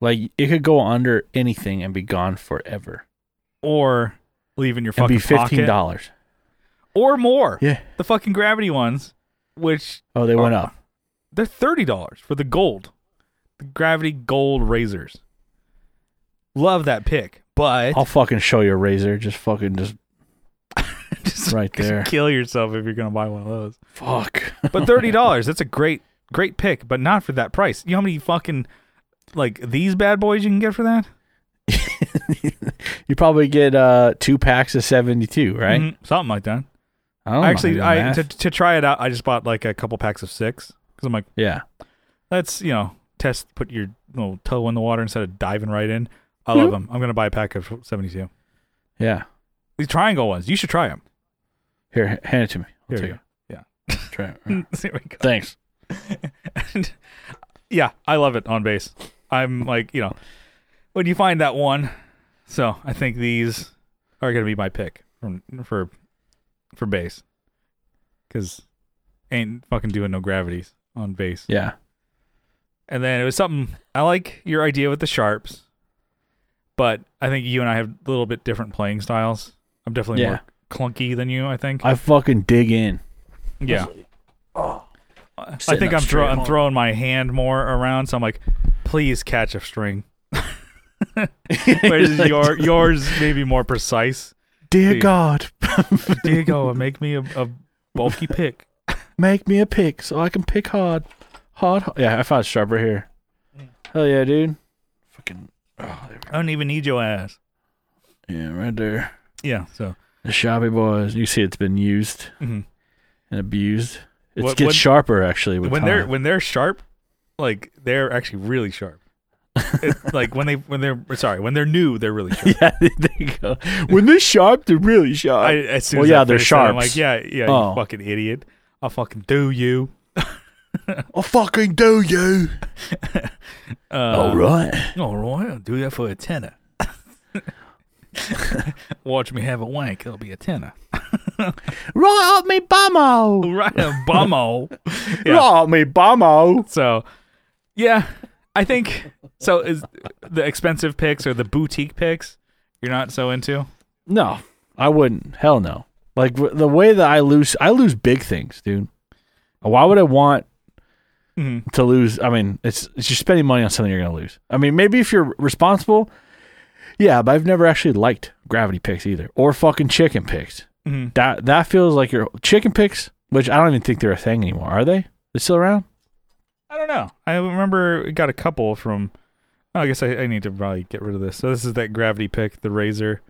[SPEAKER 2] Like it could go under anything and be gone forever
[SPEAKER 1] or leave in your
[SPEAKER 2] and
[SPEAKER 1] fucking
[SPEAKER 2] be fifteen
[SPEAKER 1] pocket
[SPEAKER 2] dollars.
[SPEAKER 1] or more.
[SPEAKER 2] Yeah.
[SPEAKER 1] The fucking gravity ones, which
[SPEAKER 2] Oh, they went
[SPEAKER 1] Oh.
[SPEAKER 2] up.
[SPEAKER 1] They're thirty dollars for the gold, the gravity gold razors. Love that pick, but
[SPEAKER 2] I'll fucking show you a razor. Just fucking just
[SPEAKER 1] just
[SPEAKER 2] right there.
[SPEAKER 1] kill yourself if you're gonna buy one of those.
[SPEAKER 2] fuck.
[SPEAKER 1] But thirty dollars, that's a great, great pick, but not for that price. You know how many fucking like these bad boys you can get for that,
[SPEAKER 2] you probably get uh two packs of seventy two, right? Oh
[SPEAKER 1] Mhm, something like that.
[SPEAKER 2] I don't know
[SPEAKER 1] I Mm-hmm. actually,
[SPEAKER 2] how to do
[SPEAKER 1] I
[SPEAKER 2] math.
[SPEAKER 1] to, to try it out, I just bought like a couple packs of six because I'm like,
[SPEAKER 2] yeah.
[SPEAKER 1] let's you know test, put your little toe in the water instead of diving right in. I love them. I'm gonna buy a pack of seventy two.
[SPEAKER 2] Yeah.
[SPEAKER 1] These triangle ones, you should try them.
[SPEAKER 2] Here, h- hand it to me. I'll
[SPEAKER 1] Here
[SPEAKER 2] take
[SPEAKER 1] you
[SPEAKER 2] it.
[SPEAKER 1] go.
[SPEAKER 2] Try it.
[SPEAKER 1] there we go.
[SPEAKER 2] Thanks.
[SPEAKER 1] And- yeah, I love it on base. I'm like, you know, when you find that one, so I think these are going to be my pick from for for base because ain't fucking doing no gravities on base.
[SPEAKER 2] Yeah.
[SPEAKER 1] And then it was something I like your idea with the sharps, but I think you and I have a little bit different playing styles. I'm definitely
[SPEAKER 2] Yeah.
[SPEAKER 1] more clunky than you. I think.
[SPEAKER 2] I fucking dig in.
[SPEAKER 1] yeah. I
[SPEAKER 2] Sitting
[SPEAKER 1] think
[SPEAKER 2] up
[SPEAKER 1] I'm, thro-
[SPEAKER 2] straight.
[SPEAKER 1] I'm throwing my hand more around, so I'm like, please catch a string. Whereas your yours maybe more precise.
[SPEAKER 2] Dear
[SPEAKER 1] Dude.
[SPEAKER 2] God,
[SPEAKER 1] Diego, make me a, a bulky pick.
[SPEAKER 2] make me a pick so I can pick hard. Hard. hard. Yeah, I found a sharp right here.
[SPEAKER 1] Mm.
[SPEAKER 2] Hell yeah, dude. Fucking. Oh, there
[SPEAKER 1] I don't even need your ass.
[SPEAKER 2] we go. Yeah, right there.
[SPEAKER 1] Yeah. So
[SPEAKER 2] The Shabby Boys. You see, it's been used
[SPEAKER 1] mhm.
[SPEAKER 2] and abused. It
[SPEAKER 1] What-
[SPEAKER 2] gets
[SPEAKER 1] what-
[SPEAKER 2] sharper actually with
[SPEAKER 1] when
[SPEAKER 2] time.
[SPEAKER 1] they're when they're sharp, like they're actually really sharp. It- like when they when they're sorry when they're new, they're really sharp.
[SPEAKER 2] yeah, there you go. When they're sharp, they're really sharp.
[SPEAKER 1] I, as soon
[SPEAKER 2] Well,
[SPEAKER 1] as
[SPEAKER 2] yeah,
[SPEAKER 1] I
[SPEAKER 2] they're
[SPEAKER 1] finished that, I'm like
[SPEAKER 2] sharps.
[SPEAKER 1] yeah, yeah,
[SPEAKER 2] Oh.
[SPEAKER 1] you fucking idiot. I'll fucking do you.
[SPEAKER 2] I fucking do you. Um,
[SPEAKER 1] Uh,
[SPEAKER 2] All right.
[SPEAKER 1] All right, I'll do that for a tenner. Watch me have a wank. It'll be a tenner.
[SPEAKER 2] Right up me bummo.
[SPEAKER 1] Right, a bummo. Yeah.
[SPEAKER 2] Right up me bummo.
[SPEAKER 1] So, yeah, I think so. Is the expensive picks or the boutique picks you're not so into?
[SPEAKER 2] No, I wouldn't. Hell no. Like w- the way that I lose, I lose big things, dude. Why would I want
[SPEAKER 1] Mm-hmm.
[SPEAKER 2] to lose? I mean, it's, it's you're spending money on something you're gonna lose. I mean, maybe if you're responsible, yeah. But I've never actually liked gravity picks either, or fucking chicken picks.
[SPEAKER 1] Mm-hmm.
[SPEAKER 2] That that feels like your chicken picks, which I don't even think they're a thing anymore. Are they? They're still around?
[SPEAKER 1] I don't know. I remember I got a couple from. Oh, I guess I, I need to probably get rid of this. So this is that gravity pick, the razor.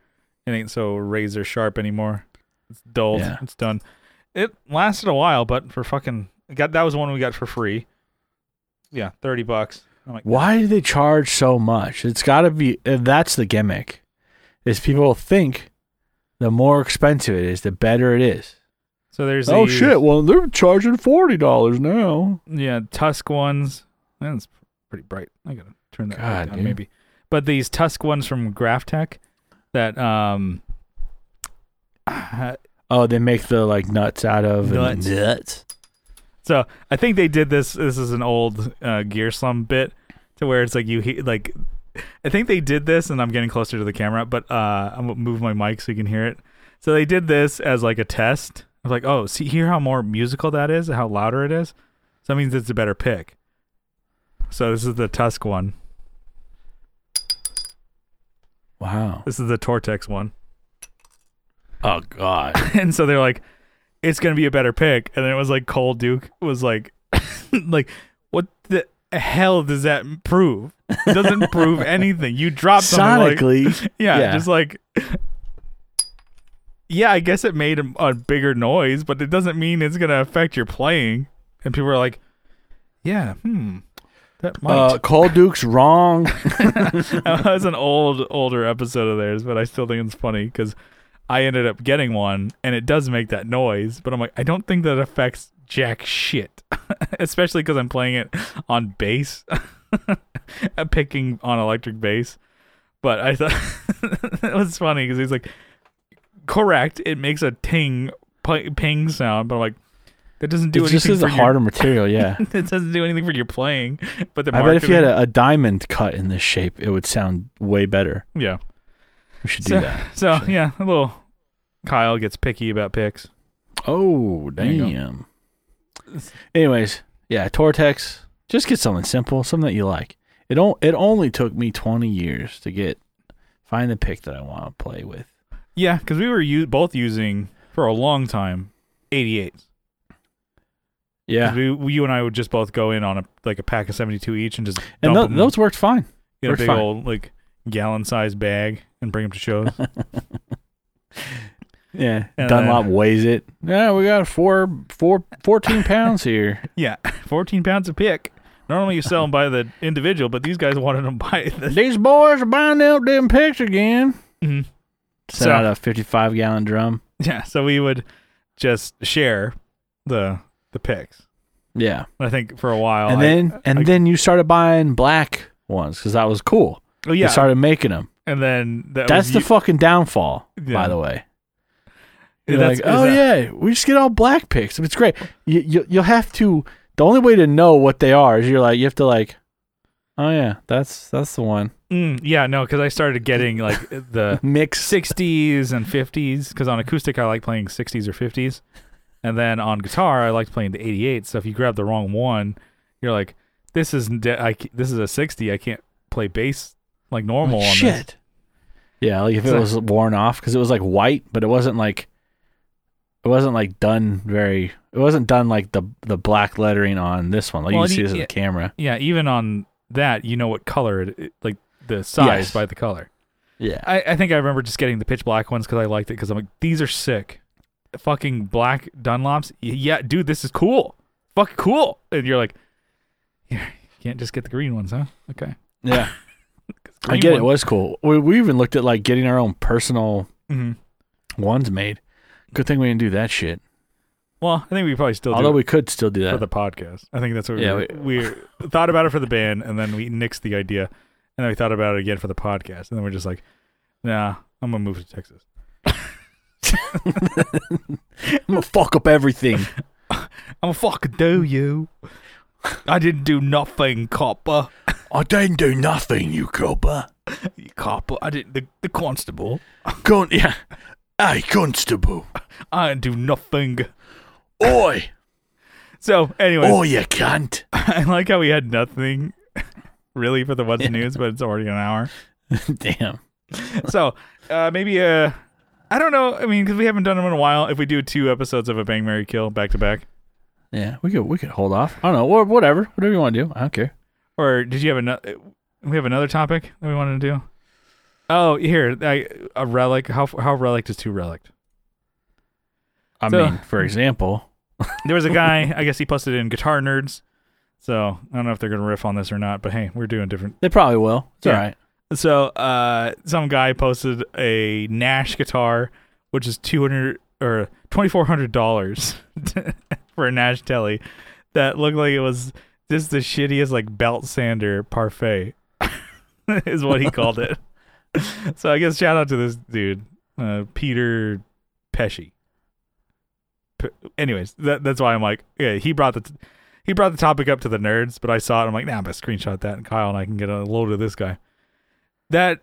[SPEAKER 1] It ain't so razor sharp anymore. It's dulled.
[SPEAKER 2] Yeah.
[SPEAKER 1] It's done. It lasted a while, but for fucking got that was the one we got for free. Yeah, thirty bucks. I'm like,
[SPEAKER 2] Why do they charge so much? It's got to be uh, that's the gimmick. Is people think the more expensive it is, the better it is.
[SPEAKER 1] so there's
[SPEAKER 2] oh
[SPEAKER 1] these,
[SPEAKER 2] shit! Well, they're charging forty dollars now.
[SPEAKER 1] Yeah, tusk ones. That's pretty bright. I gotta turn that
[SPEAKER 2] God,
[SPEAKER 1] light down
[SPEAKER 2] dude.
[SPEAKER 1] maybe. But these tusk ones from Graftech that um
[SPEAKER 2] Oh, they make the like nuts out of and-
[SPEAKER 1] Nuts. So I think they did this. This is an old uh, Gear Slum bit to where it's like you he- like. I think they did this, and I'm getting closer to the camera, but uh, I'm gonna move my mic so you can hear it. So they did this as like a test. I was like, oh, see, hear how more musical that is, how louder it is. So that means it's a better pick. So this is the Tusk one.
[SPEAKER 2] Wow.
[SPEAKER 1] This is the Tortex one.
[SPEAKER 2] Oh god.
[SPEAKER 1] and so they're like, it's gonna be a better pick. And then it was like Cole Duke was like, like what the hell does that prove? It doesn't prove anything. You dropped something. Like,
[SPEAKER 2] Sonically,
[SPEAKER 1] yeah,
[SPEAKER 2] yeah.
[SPEAKER 1] just like. Yeah, I guess it made a, a bigger noise, but it doesn't mean it's gonna affect your playing. And people are like, "Yeah, hmm, that might."
[SPEAKER 2] uh, Cole Duke's wrong.
[SPEAKER 1] that was an old older episode of theirs but i still think it's funny because i ended up getting one and it does make that noise but i'm like i don't think that affects jack shit especially because i'm playing it on bass I'm picking on electric bass but i thought it was funny because he's like correct it makes a ting pi- ping sound but i'm like that doesn't do
[SPEAKER 2] It just
[SPEAKER 1] anything
[SPEAKER 2] is
[SPEAKER 1] for
[SPEAKER 2] a
[SPEAKER 1] your-
[SPEAKER 2] harder material. Yeah.
[SPEAKER 1] it doesn't do anything for your playing but the
[SPEAKER 2] I bet if you
[SPEAKER 1] marketing-
[SPEAKER 2] had a, a diamond cut in this shape, it would sound way better.
[SPEAKER 1] yeah
[SPEAKER 2] We should do
[SPEAKER 1] So-
[SPEAKER 2] that.
[SPEAKER 1] So yeah, a little. Kyle gets picky about picks.
[SPEAKER 2] Oh
[SPEAKER 1] There you go.
[SPEAKER 2] damn. Anyways, yeah, Tortex. Just get something simple, something that you like. It on, it only took me twenty years to get find the pick that I want to play with.
[SPEAKER 1] Yeah, because we were u- both using for a long time 88s.
[SPEAKER 2] Yeah,
[SPEAKER 1] 'Cause We, we- you and I would just both go in on a like a pack of 72 each and just
[SPEAKER 2] and
[SPEAKER 1] dump
[SPEAKER 2] tho-
[SPEAKER 1] 'em,
[SPEAKER 2] those worked fine.
[SPEAKER 1] get a
[SPEAKER 2] were
[SPEAKER 1] big
[SPEAKER 2] fine.
[SPEAKER 1] old like gallon sized bag and bring them to shows.
[SPEAKER 2] Yeah,
[SPEAKER 1] And
[SPEAKER 2] Dunlop weighs it. Yeah, we got four, four, 14 pounds here.
[SPEAKER 1] yeah, 14 pounds a pick. Normally you sell them by the individual, but these guys wanted them by the.
[SPEAKER 2] These boys are buying out them picks again.
[SPEAKER 1] Mhm.
[SPEAKER 2] Set out a fifty-five gallon drum.
[SPEAKER 1] Yeah, so we would just share the the picks.
[SPEAKER 2] Yeah,
[SPEAKER 1] I think for a while.
[SPEAKER 2] and
[SPEAKER 1] I-
[SPEAKER 2] then and
[SPEAKER 1] I-
[SPEAKER 2] then you started buying black ones because that was cool.
[SPEAKER 1] oh
[SPEAKER 2] Yeah,
[SPEAKER 1] yeah,
[SPEAKER 2] you started making them.
[SPEAKER 1] and then that
[SPEAKER 2] That's
[SPEAKER 1] was
[SPEAKER 2] the
[SPEAKER 1] you-
[SPEAKER 2] fucking downfall,
[SPEAKER 1] Yeah.
[SPEAKER 2] by the way.
[SPEAKER 1] Yeah,
[SPEAKER 2] You're
[SPEAKER 1] that's-
[SPEAKER 2] like,
[SPEAKER 1] is
[SPEAKER 2] oh
[SPEAKER 1] that-
[SPEAKER 2] yeah, we just get all black picks. It's great. You, you you'll have to. The only way to know what they are is you're like you have to like, oh yeah, that's that's the one.
[SPEAKER 1] Mm, yeah, no, because I started getting like the
[SPEAKER 2] Mix.
[SPEAKER 1] 60s and 50s. Because on acoustic, I like playing 60s or 50s, and then on guitar, I liked playing the 88. So if you grab the wrong one, you're like, this is de- I, ca- this is a 60. I can't play bass like normal. on this.
[SPEAKER 2] Oh, Shit. Yeah, like if
[SPEAKER 1] It's
[SPEAKER 2] it
[SPEAKER 1] like-
[SPEAKER 2] was worn off because it was like white, but it wasn't like, it wasn't like done very. It wasn't done like the the black lettering on this one. Like
[SPEAKER 1] Well,
[SPEAKER 2] you can see
[SPEAKER 1] you-
[SPEAKER 2] this in
[SPEAKER 1] yeah.
[SPEAKER 2] the camera.
[SPEAKER 1] Yeah, even on that, you know what color it, it- like the size
[SPEAKER 2] Yes.
[SPEAKER 1] by the color.
[SPEAKER 2] Yeah.
[SPEAKER 1] I, I think I remember just getting the pitch black ones because I liked it because I'm like, these are sick. Fucking black Dunlops. Y- Yeah, dude, this is cool. Fuck cool. And you're like, yeah, you can't just get the green ones, huh? Okay.
[SPEAKER 2] Yeah. I get it. It was cool. We we even looked at like getting our own personal
[SPEAKER 1] hmm
[SPEAKER 2] ones made. Good thing we didn't do that shit.
[SPEAKER 1] Well, I think we probably still
[SPEAKER 2] Although
[SPEAKER 1] do it
[SPEAKER 2] we could still do
[SPEAKER 1] for
[SPEAKER 2] that.
[SPEAKER 1] the podcast. I think that's what
[SPEAKER 2] Yeah,
[SPEAKER 1] we, we, thought about it for the band and then we nixed the idea and then we thought about it again for the podcast. And then we're just like, nah, I'm going to move to Texas.
[SPEAKER 2] I'm gonna fuck up everything.
[SPEAKER 1] I'm going to fucking do you. I didn't do nothing, copper.
[SPEAKER 2] I didn't do nothing, you copper.
[SPEAKER 1] You copper. I didn't, the, the constable.
[SPEAKER 2] Con- yeah. Hey, constable.
[SPEAKER 1] I do nothing.
[SPEAKER 2] Oi.
[SPEAKER 1] So, anyways,
[SPEAKER 2] Oi, you cunt.
[SPEAKER 1] I like how we had nothing really for the what's news, but it's already an hour.
[SPEAKER 2] Damn.
[SPEAKER 1] So, uh, maybe uh, I don't know. I mean, because we haven't done them in a while. If we do two episodes of a Bang Mary Kill back to back,
[SPEAKER 2] Yeah, we could we could hold off. I don't know, or whatever, whatever you want to do. I don't care.
[SPEAKER 1] or did you have another? We have another topic that we wanted to do. Oh, here, I, a relic. How how relic is too relic?
[SPEAKER 2] I
[SPEAKER 1] So-
[SPEAKER 2] mean, for example,
[SPEAKER 1] There was a guy, I guess he posted it in Guitar Nerds. So I don't know if they're gonna riff on this or not, but hey, we're doing different.
[SPEAKER 2] they probably will. It's
[SPEAKER 1] Yeah.
[SPEAKER 2] all right.
[SPEAKER 1] So uh, some guy posted a Nash guitar, which is two hundred or twenty four hundred dollars for a Nash Telly, that looked like it was just the shittiest like belt sander parfait, is what he called it. So I guess shout out to this dude, uh, Peter Pesci. P- anyways, that, that's why I'm like, yeah, he brought the. he brought the topic up to the nerds, but I saw it. I'm like, nah, I'm gonna screenshot that, and Kyle and I can get a load of this guy that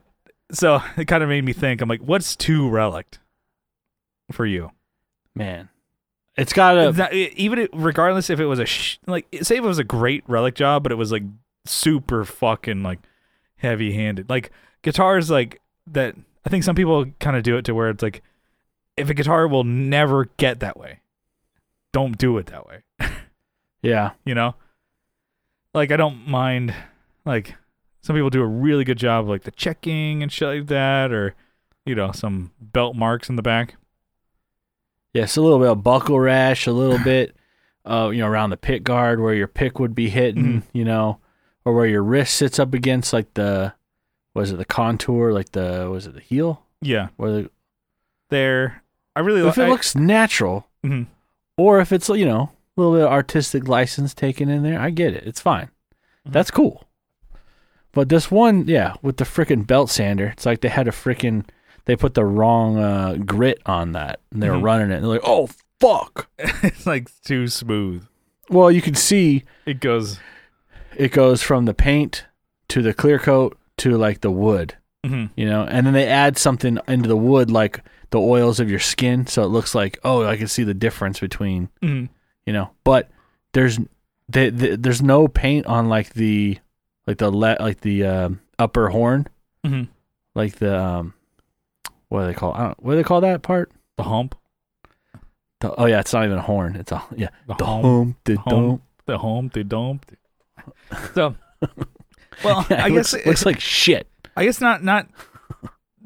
[SPEAKER 1] so it kind of made me think i'm like what's too relict for you
[SPEAKER 2] Man, it's got a.
[SPEAKER 1] It's not- e- even it- regardless if it was a sh- like say if it was a great relic job but it was like super fucking like heavy handed like guitars like that i think some people kind of do it to where it's like if a guitar will never get that way don't do it that way
[SPEAKER 2] yeah.
[SPEAKER 1] you know like i don't mind like some people do a really good job of, like the checking and shit like that or you know some belt marks in the back
[SPEAKER 2] Yes, a little bit of buckle rash, a little bit, uh, you know, around the pick guard where your pick would be hitting,
[SPEAKER 1] Mhm.
[SPEAKER 2] you know, or where your wrist sits up against like the, was it the contour, like the, was it the heel?
[SPEAKER 1] yeah
[SPEAKER 2] Where the,
[SPEAKER 1] there i really
[SPEAKER 2] if it
[SPEAKER 1] like
[SPEAKER 2] looks natural,
[SPEAKER 1] Mhm.
[SPEAKER 2] or if it's you know a little bit of artistic license taken in there, I get it. It's fine. That's cool. But this one, yeah, with the frickin' belt sander, it's like they had a frickin' they put the wrong uh, grit on that, and they were
[SPEAKER 1] Mhm.
[SPEAKER 2] running it, and they're like, oh fuck.
[SPEAKER 1] it's like too smooth
[SPEAKER 2] Well, you can see
[SPEAKER 1] it goes
[SPEAKER 2] it goes from the paint to the clear coat to like the wood,
[SPEAKER 1] mhm.
[SPEAKER 2] you know, and then they add something into the wood like the oils of your skin, so it looks like oh, I can see the difference between
[SPEAKER 1] Mhm.
[SPEAKER 2] you know, but there's they, they, there's no paint on like the like the le- like the um, upper horn,
[SPEAKER 1] Mhm.
[SPEAKER 2] like the um, what do they call I don't, what do they call that part?
[SPEAKER 1] the hump
[SPEAKER 2] The, oh yeah, it's not even a horn. It's a yeah,
[SPEAKER 1] the,
[SPEAKER 2] the
[SPEAKER 1] hump
[SPEAKER 2] home, the
[SPEAKER 1] hump.
[SPEAKER 2] dome.
[SPEAKER 1] the hump the dump so well
[SPEAKER 2] Yeah,
[SPEAKER 1] i
[SPEAKER 2] it
[SPEAKER 1] guess
[SPEAKER 2] looks, looks like shit.
[SPEAKER 1] I guess not not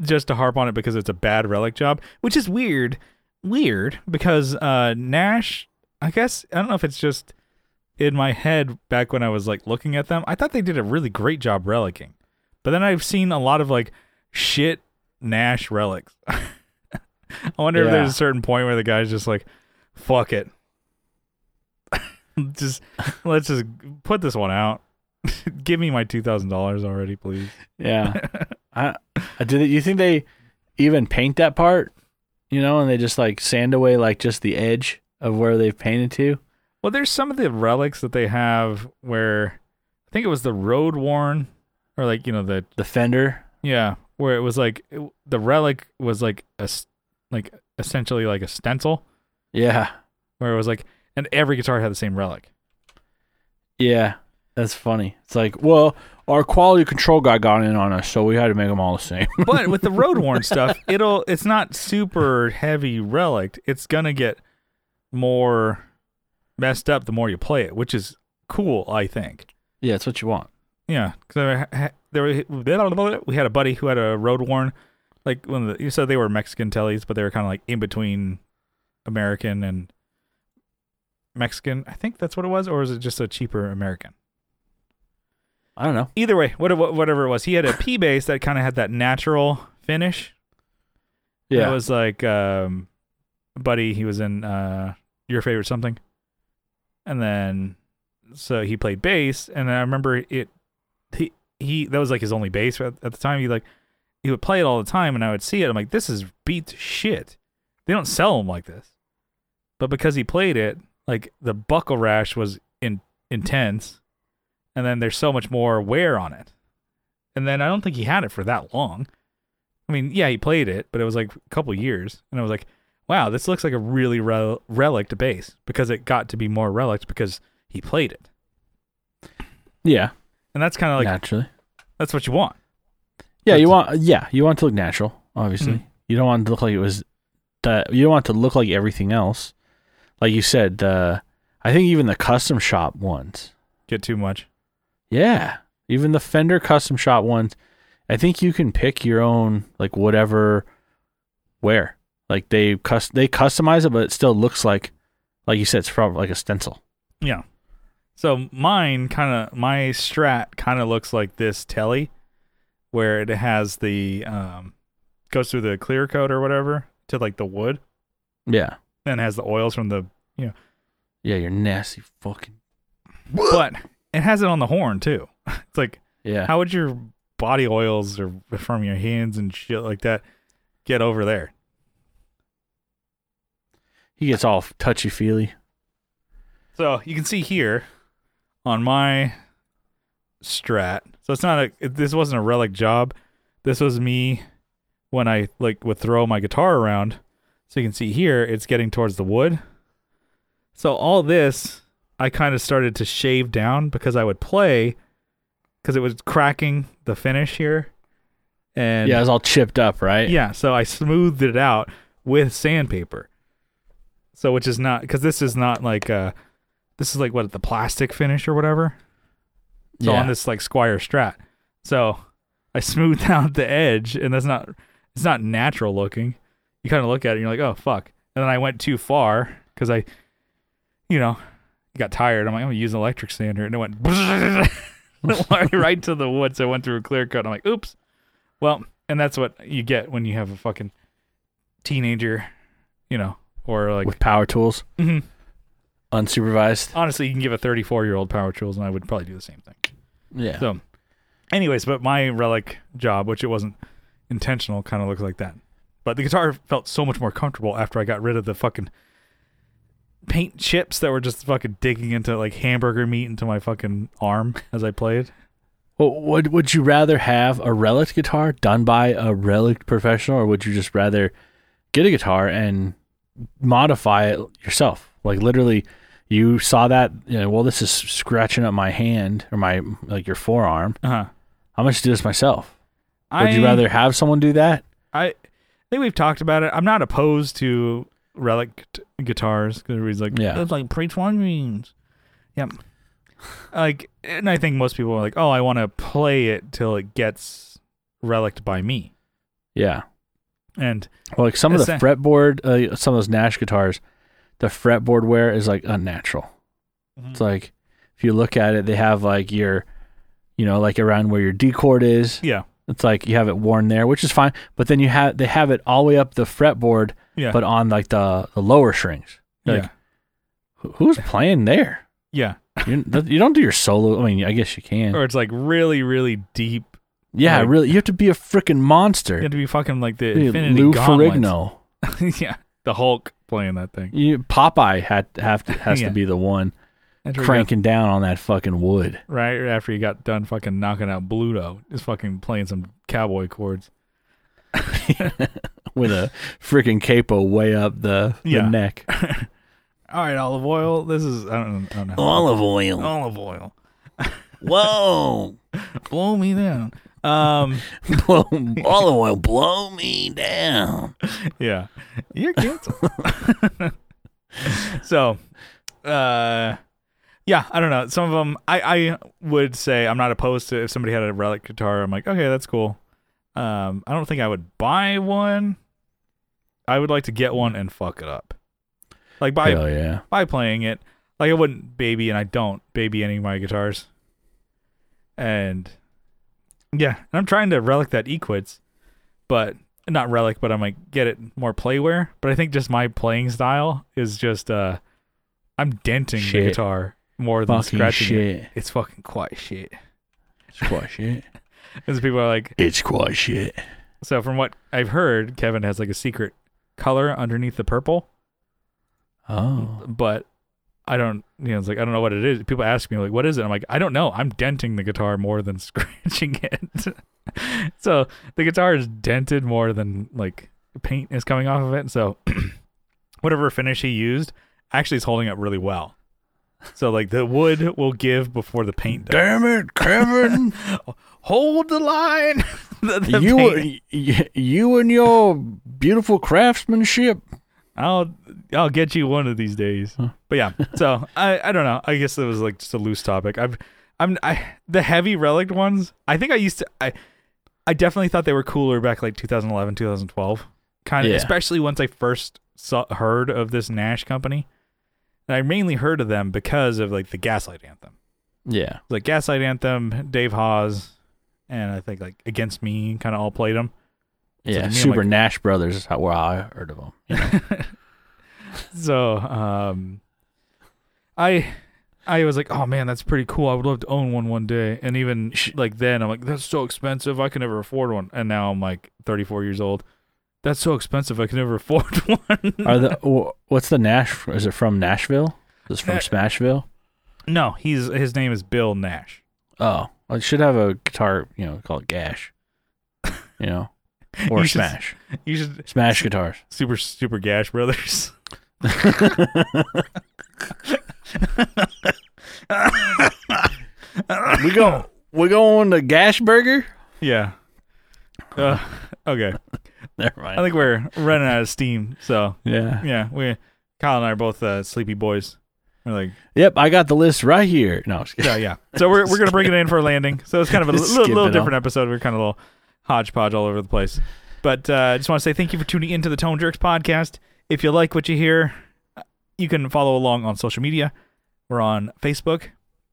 [SPEAKER 1] just to harp on it because it's a bad relic job, which is weird. Weird because uh Nash, I guess I don't know if it's just in my head back when I was like looking at them, I thought they did a really great job relicking. But then I've seen a lot of like shit Nash relics. I wonder if
[SPEAKER 2] Yeah.
[SPEAKER 1] there's a certain point where the guy's just like, fuck it. just let's just put this one out. Give me my two thousand dollars already, please.
[SPEAKER 2] Yeah. I, I Uh, do. You think they even paint that part? You know, and they just like sand away like just the edge of where they've painted to.
[SPEAKER 1] Well, there's some of the relics that they have where I think it was the road worn or like, you know, the
[SPEAKER 2] The fender.
[SPEAKER 1] yeah, where it was like it- the relic was like a s- like essentially like a stencil
[SPEAKER 2] Yeah.
[SPEAKER 1] where it was like and every guitar had the same relic.
[SPEAKER 2] Yeah. That's funny. It's like, well, our quality control guy got in on us, so we had to make them all the same.
[SPEAKER 1] But with the road worn stuff, it'll it's not super heavy relic. It's going to get more messed up the more you play it, which is cool, I think.
[SPEAKER 2] yeah, it's what you want.
[SPEAKER 1] Yeah, because there were- we had a buddy who had a road worn, like one of the. So they were Mexican tellies, but they were kind of like in between American and Mexican. I think that's what it was, or was it just a cheaper American?
[SPEAKER 2] I don't know.
[SPEAKER 1] Either way, whatever, whatever it was, he had a P bass that kind of had that natural finish. And
[SPEAKER 2] Yeah.
[SPEAKER 1] it was like um, buddy. He was in uh, your favorite something, and then so he played bass. And I remember it. He he that was like his only bass at, at the time. He like he would play it all the time, and I would see it. I'm like, this is beat to shit. They don't sell them like this. But because he played it, like the buckle rash was in, intense, and then there's so much more wear on it. And then I don't think he had it for that long. I mean, yeah, he played it, but it was like a couple years, and I was like, "Wow, this looks like a really rel- relic to bass because it got to be more relic because he played it,
[SPEAKER 2] yeah.
[SPEAKER 1] and that's kind of like
[SPEAKER 2] naturally.
[SPEAKER 1] that's what you want."
[SPEAKER 2] Yeah, you
[SPEAKER 1] That's-
[SPEAKER 2] want. Yeah, you want it to look natural. Obviously, you don't want it to look like it was. The, you don't want it to look like everything else. Like you said, the I think even the custom shop ones.
[SPEAKER 1] Get too much.
[SPEAKER 2] Yeah, even the Fender custom shop ones. I think you can pick your own like whatever wear. Like they cus- they customize it, but it still looks like, like you said, it's probably like a stencil.
[SPEAKER 1] Yeah. So mine kind of my strat kind of looks like this telly, where it has the um goes through the clear coat or whatever to like the wood,
[SPEAKER 2] Yeah,
[SPEAKER 1] and has the oils from the
[SPEAKER 2] yeah, you're nasty fucking.
[SPEAKER 1] but it has it on the horn too. It's like
[SPEAKER 2] Yeah,
[SPEAKER 1] how would your body oils or from your hands and shit like that get over there?
[SPEAKER 2] he gets all touchy feely.
[SPEAKER 1] So you can see here on my strat. So it's not a. This wasn't a relic job. This was me when I like would throw my guitar around. So you can see here, it's getting towards the wood. So all this, I kind of started to shave down because I would play, because it was cracking the finish here, and
[SPEAKER 2] Yeah, it's all chipped up, right?
[SPEAKER 1] yeah, so I smoothed it out with sandpaper. So which is not because this is not like uh this is like what the plastic finish or whatever. So
[SPEAKER 2] yeah.
[SPEAKER 1] on this like Squire Strat. So I smoothed out the edge and that's not it's not natural looking. You kind of look at it and you're like, "Oh fuck." And then I went too far cuz I you know, got tired. I'm like, "I'm going to use an electric sander." And it went right- right to the wood. So I went through a clear cut. I'm like, "Oops." Well, and that's what you get when you have a fucking teenager, you know, or like
[SPEAKER 2] with power tools,
[SPEAKER 1] Mhm.
[SPEAKER 2] unsupervised.
[SPEAKER 1] honestly, you can give a 34-year-old power tools and I would probably do the same thing.
[SPEAKER 2] Yeah,
[SPEAKER 1] So, anyways, but my relic job, which it wasn't intentional, kind of looks like that. But the guitar felt so much more comfortable after I got rid of the fucking paint chips that were just fucking digging into like hamburger meat into my fucking arm as I played.
[SPEAKER 2] Well, would would you rather have a relic guitar done by a relic professional, or would you just rather get a guitar and modify it yourself? Like literally, you saw that. You know, well, this is scratching up my hand or my like your forearm.
[SPEAKER 1] Uh huh.
[SPEAKER 2] I'm gonna just do this myself. Would
[SPEAKER 1] I,
[SPEAKER 2] you rather have someone do that?
[SPEAKER 1] I think we've talked about it. I'm not opposed to relic t- guitars because everybody's like,
[SPEAKER 2] Yeah.
[SPEAKER 1] yeah, it's like pre one means. Yep. like, and I think most people are like, oh, I want to play it till it gets reliced by me.
[SPEAKER 2] Yeah.
[SPEAKER 1] And
[SPEAKER 2] Well, like some of the
[SPEAKER 1] It's
[SPEAKER 2] fretboard, uh, some of those Nash guitars, the fretboard wear is like unnatural.
[SPEAKER 1] Mm.
[SPEAKER 2] It's like if you look at it, they have like your, you know, like around where your D chord is.
[SPEAKER 1] yeah,
[SPEAKER 2] It's like you have it worn there, which is fine. But then you have they have it all the way up the fretboard,
[SPEAKER 1] yeah,
[SPEAKER 2] but on like the, the lower strings. Like,
[SPEAKER 1] yeah,
[SPEAKER 2] wh- who's playing there?
[SPEAKER 1] yeah.
[SPEAKER 2] You, you don't do your solo. I mean, I guess you can.
[SPEAKER 1] Or it's like really, really deep.
[SPEAKER 2] yeah,
[SPEAKER 1] like-
[SPEAKER 2] really. You have to be a freaking
[SPEAKER 1] You
[SPEAKER 2] monster.
[SPEAKER 1] had to be fucking like the
[SPEAKER 2] Dude,
[SPEAKER 1] Infinity
[SPEAKER 2] Lou
[SPEAKER 1] Gauntlet.
[SPEAKER 2] Ferrigno.
[SPEAKER 1] yeah, the Hulk playing that thing.
[SPEAKER 2] You, Popeye had have to, has
[SPEAKER 1] Yeah.
[SPEAKER 2] to be the one
[SPEAKER 1] That's where he
[SPEAKER 2] cranking down on that fucking wood.
[SPEAKER 1] got- right after he got done fucking knocking out Bluto, just fucking playing some cowboy chords.
[SPEAKER 2] with a freaking capo way up the, the
[SPEAKER 1] Yeah.
[SPEAKER 2] neck.
[SPEAKER 1] All right, olive oil. This is I don't, I don't know.
[SPEAKER 2] Olive oil.
[SPEAKER 1] Olive oil.
[SPEAKER 2] Whoa.
[SPEAKER 1] Blow me down. Um,
[SPEAKER 2] blow, olive oil, blow me down.
[SPEAKER 1] yeah, you're canceled. so, uh, yeah, I don't know. Some of them, I I would say I'm not opposed to if somebody had a relic guitar. I'm like, okay, that's cool. Um, I don't think I would buy one. I would like to get one and fuck it up, like by
[SPEAKER 2] Hell yeah.
[SPEAKER 1] by playing it. Like I wouldn't baby, and I don't baby any of my guitars. And yeah, and I'm trying to relic that Equids, but not relic, but I'm like get it more playwear. But I think just my playing style is just uh, I'm denting
[SPEAKER 2] Shit.
[SPEAKER 1] the guitar more than
[SPEAKER 2] Fucking
[SPEAKER 1] scratching it.
[SPEAKER 2] shit.
[SPEAKER 1] It's fucking quite shit.
[SPEAKER 2] It's quite shit.
[SPEAKER 1] Because people are like,
[SPEAKER 2] It's quite shit.
[SPEAKER 1] so from what I've heard, Kevin has like a secret color underneath the purple.
[SPEAKER 2] Oh.
[SPEAKER 1] but I don't, you know, it's like I don't know what it is. People ask me like, "What is it?" I'm like, "I don't know. I'm denting the guitar more than scratching it." so the guitar is dented more than like paint is coming off of it. So whatever finish he used actually is holding up really well. So like the wood will give before the paint does.
[SPEAKER 2] Damn it, Kevin.
[SPEAKER 1] Hold the line. The- the
[SPEAKER 2] you,
[SPEAKER 1] paint-
[SPEAKER 2] y- you and your beautiful craftsmanship.
[SPEAKER 1] I'll I'll get you one of these days. But yeah, so I I don't know. I guess it was like just a loose topic. I've I'm I the heavy relic ones. I think I used to I I definitely thought they were cooler back like 2011 2012 kind of
[SPEAKER 2] Yeah.
[SPEAKER 1] especially once I first saw, heard of this Nash company. And I mainly heard of them because of like the Gaslight Anthem.
[SPEAKER 2] Yeah.
[SPEAKER 1] Like Gaslight Anthem, Dave Hawes, and I think like Against Me kind of all played them. to me,
[SPEAKER 2] Yeah.
[SPEAKER 1] I'm
[SPEAKER 2] Super
[SPEAKER 1] like-
[SPEAKER 2] Nash Brothers is how, where I heard of them.
[SPEAKER 1] So, um I I was like, "Oh man, that's pretty cool. I would love to own one one day." And even
[SPEAKER 2] Sh-
[SPEAKER 1] like then I'm like, "That's so expensive. I can never afford one." And now I'm like 34 years old. That's so expensive. I can never afford one.
[SPEAKER 2] Are the wh- what's the Nash? Is it from Nashville? Is it from
[SPEAKER 1] Nah.
[SPEAKER 2] Smashville?
[SPEAKER 1] No, he's his name is Bill Nash.
[SPEAKER 2] Oh, I should have a guitar. You know, call it Gash. You know, or
[SPEAKER 1] You should-
[SPEAKER 2] Smash,
[SPEAKER 1] You should
[SPEAKER 2] Smash guitars.
[SPEAKER 1] super super gash brothers.
[SPEAKER 2] we go. We're going to Gash Burger.
[SPEAKER 1] Yeah. Uh, okay.
[SPEAKER 2] Never
[SPEAKER 1] I
[SPEAKER 2] mind.
[SPEAKER 1] think we're running out of steam. So
[SPEAKER 2] yeah.
[SPEAKER 1] yeah, we Kyle and I are both uh, sleepy boys. We're like,
[SPEAKER 2] Yep. I got the list right here. No. I'm just kidding.
[SPEAKER 1] yeah, yeah. So we're we're gonna bring it in for a landing. So it's kind of a
[SPEAKER 2] Just
[SPEAKER 1] little,
[SPEAKER 2] skip
[SPEAKER 1] little
[SPEAKER 2] it all.
[SPEAKER 1] different episode. We're kind of a little hodgepodge all over the place. But uh, I just want to say thank you for tuning into the Tone Jerks podcast. If you like what you hear, you can follow along on social media. We're on Facebook.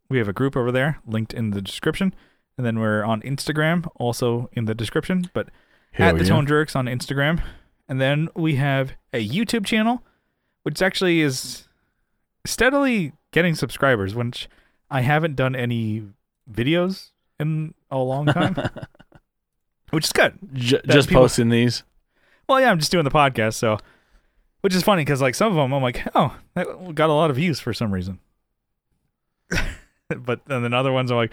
[SPEAKER 1] We have a group over there, linked in the description. And then we're on Instagram, also in the description, but
[SPEAKER 2] Hell
[SPEAKER 1] at the
[SPEAKER 2] yeah.
[SPEAKER 1] Tone Jerks on Instagram. And then we have a YouTube channel, which actually is steadily getting subscribers, which I haven't done any videos in a long time, which is good.
[SPEAKER 2] J- just
[SPEAKER 1] people-
[SPEAKER 2] posting these.
[SPEAKER 1] Well, yeah, I'm just doing the podcast, so which is funny because like some of them, I'm like, oh, that got a lot of views for some reason, but then the other ones are like,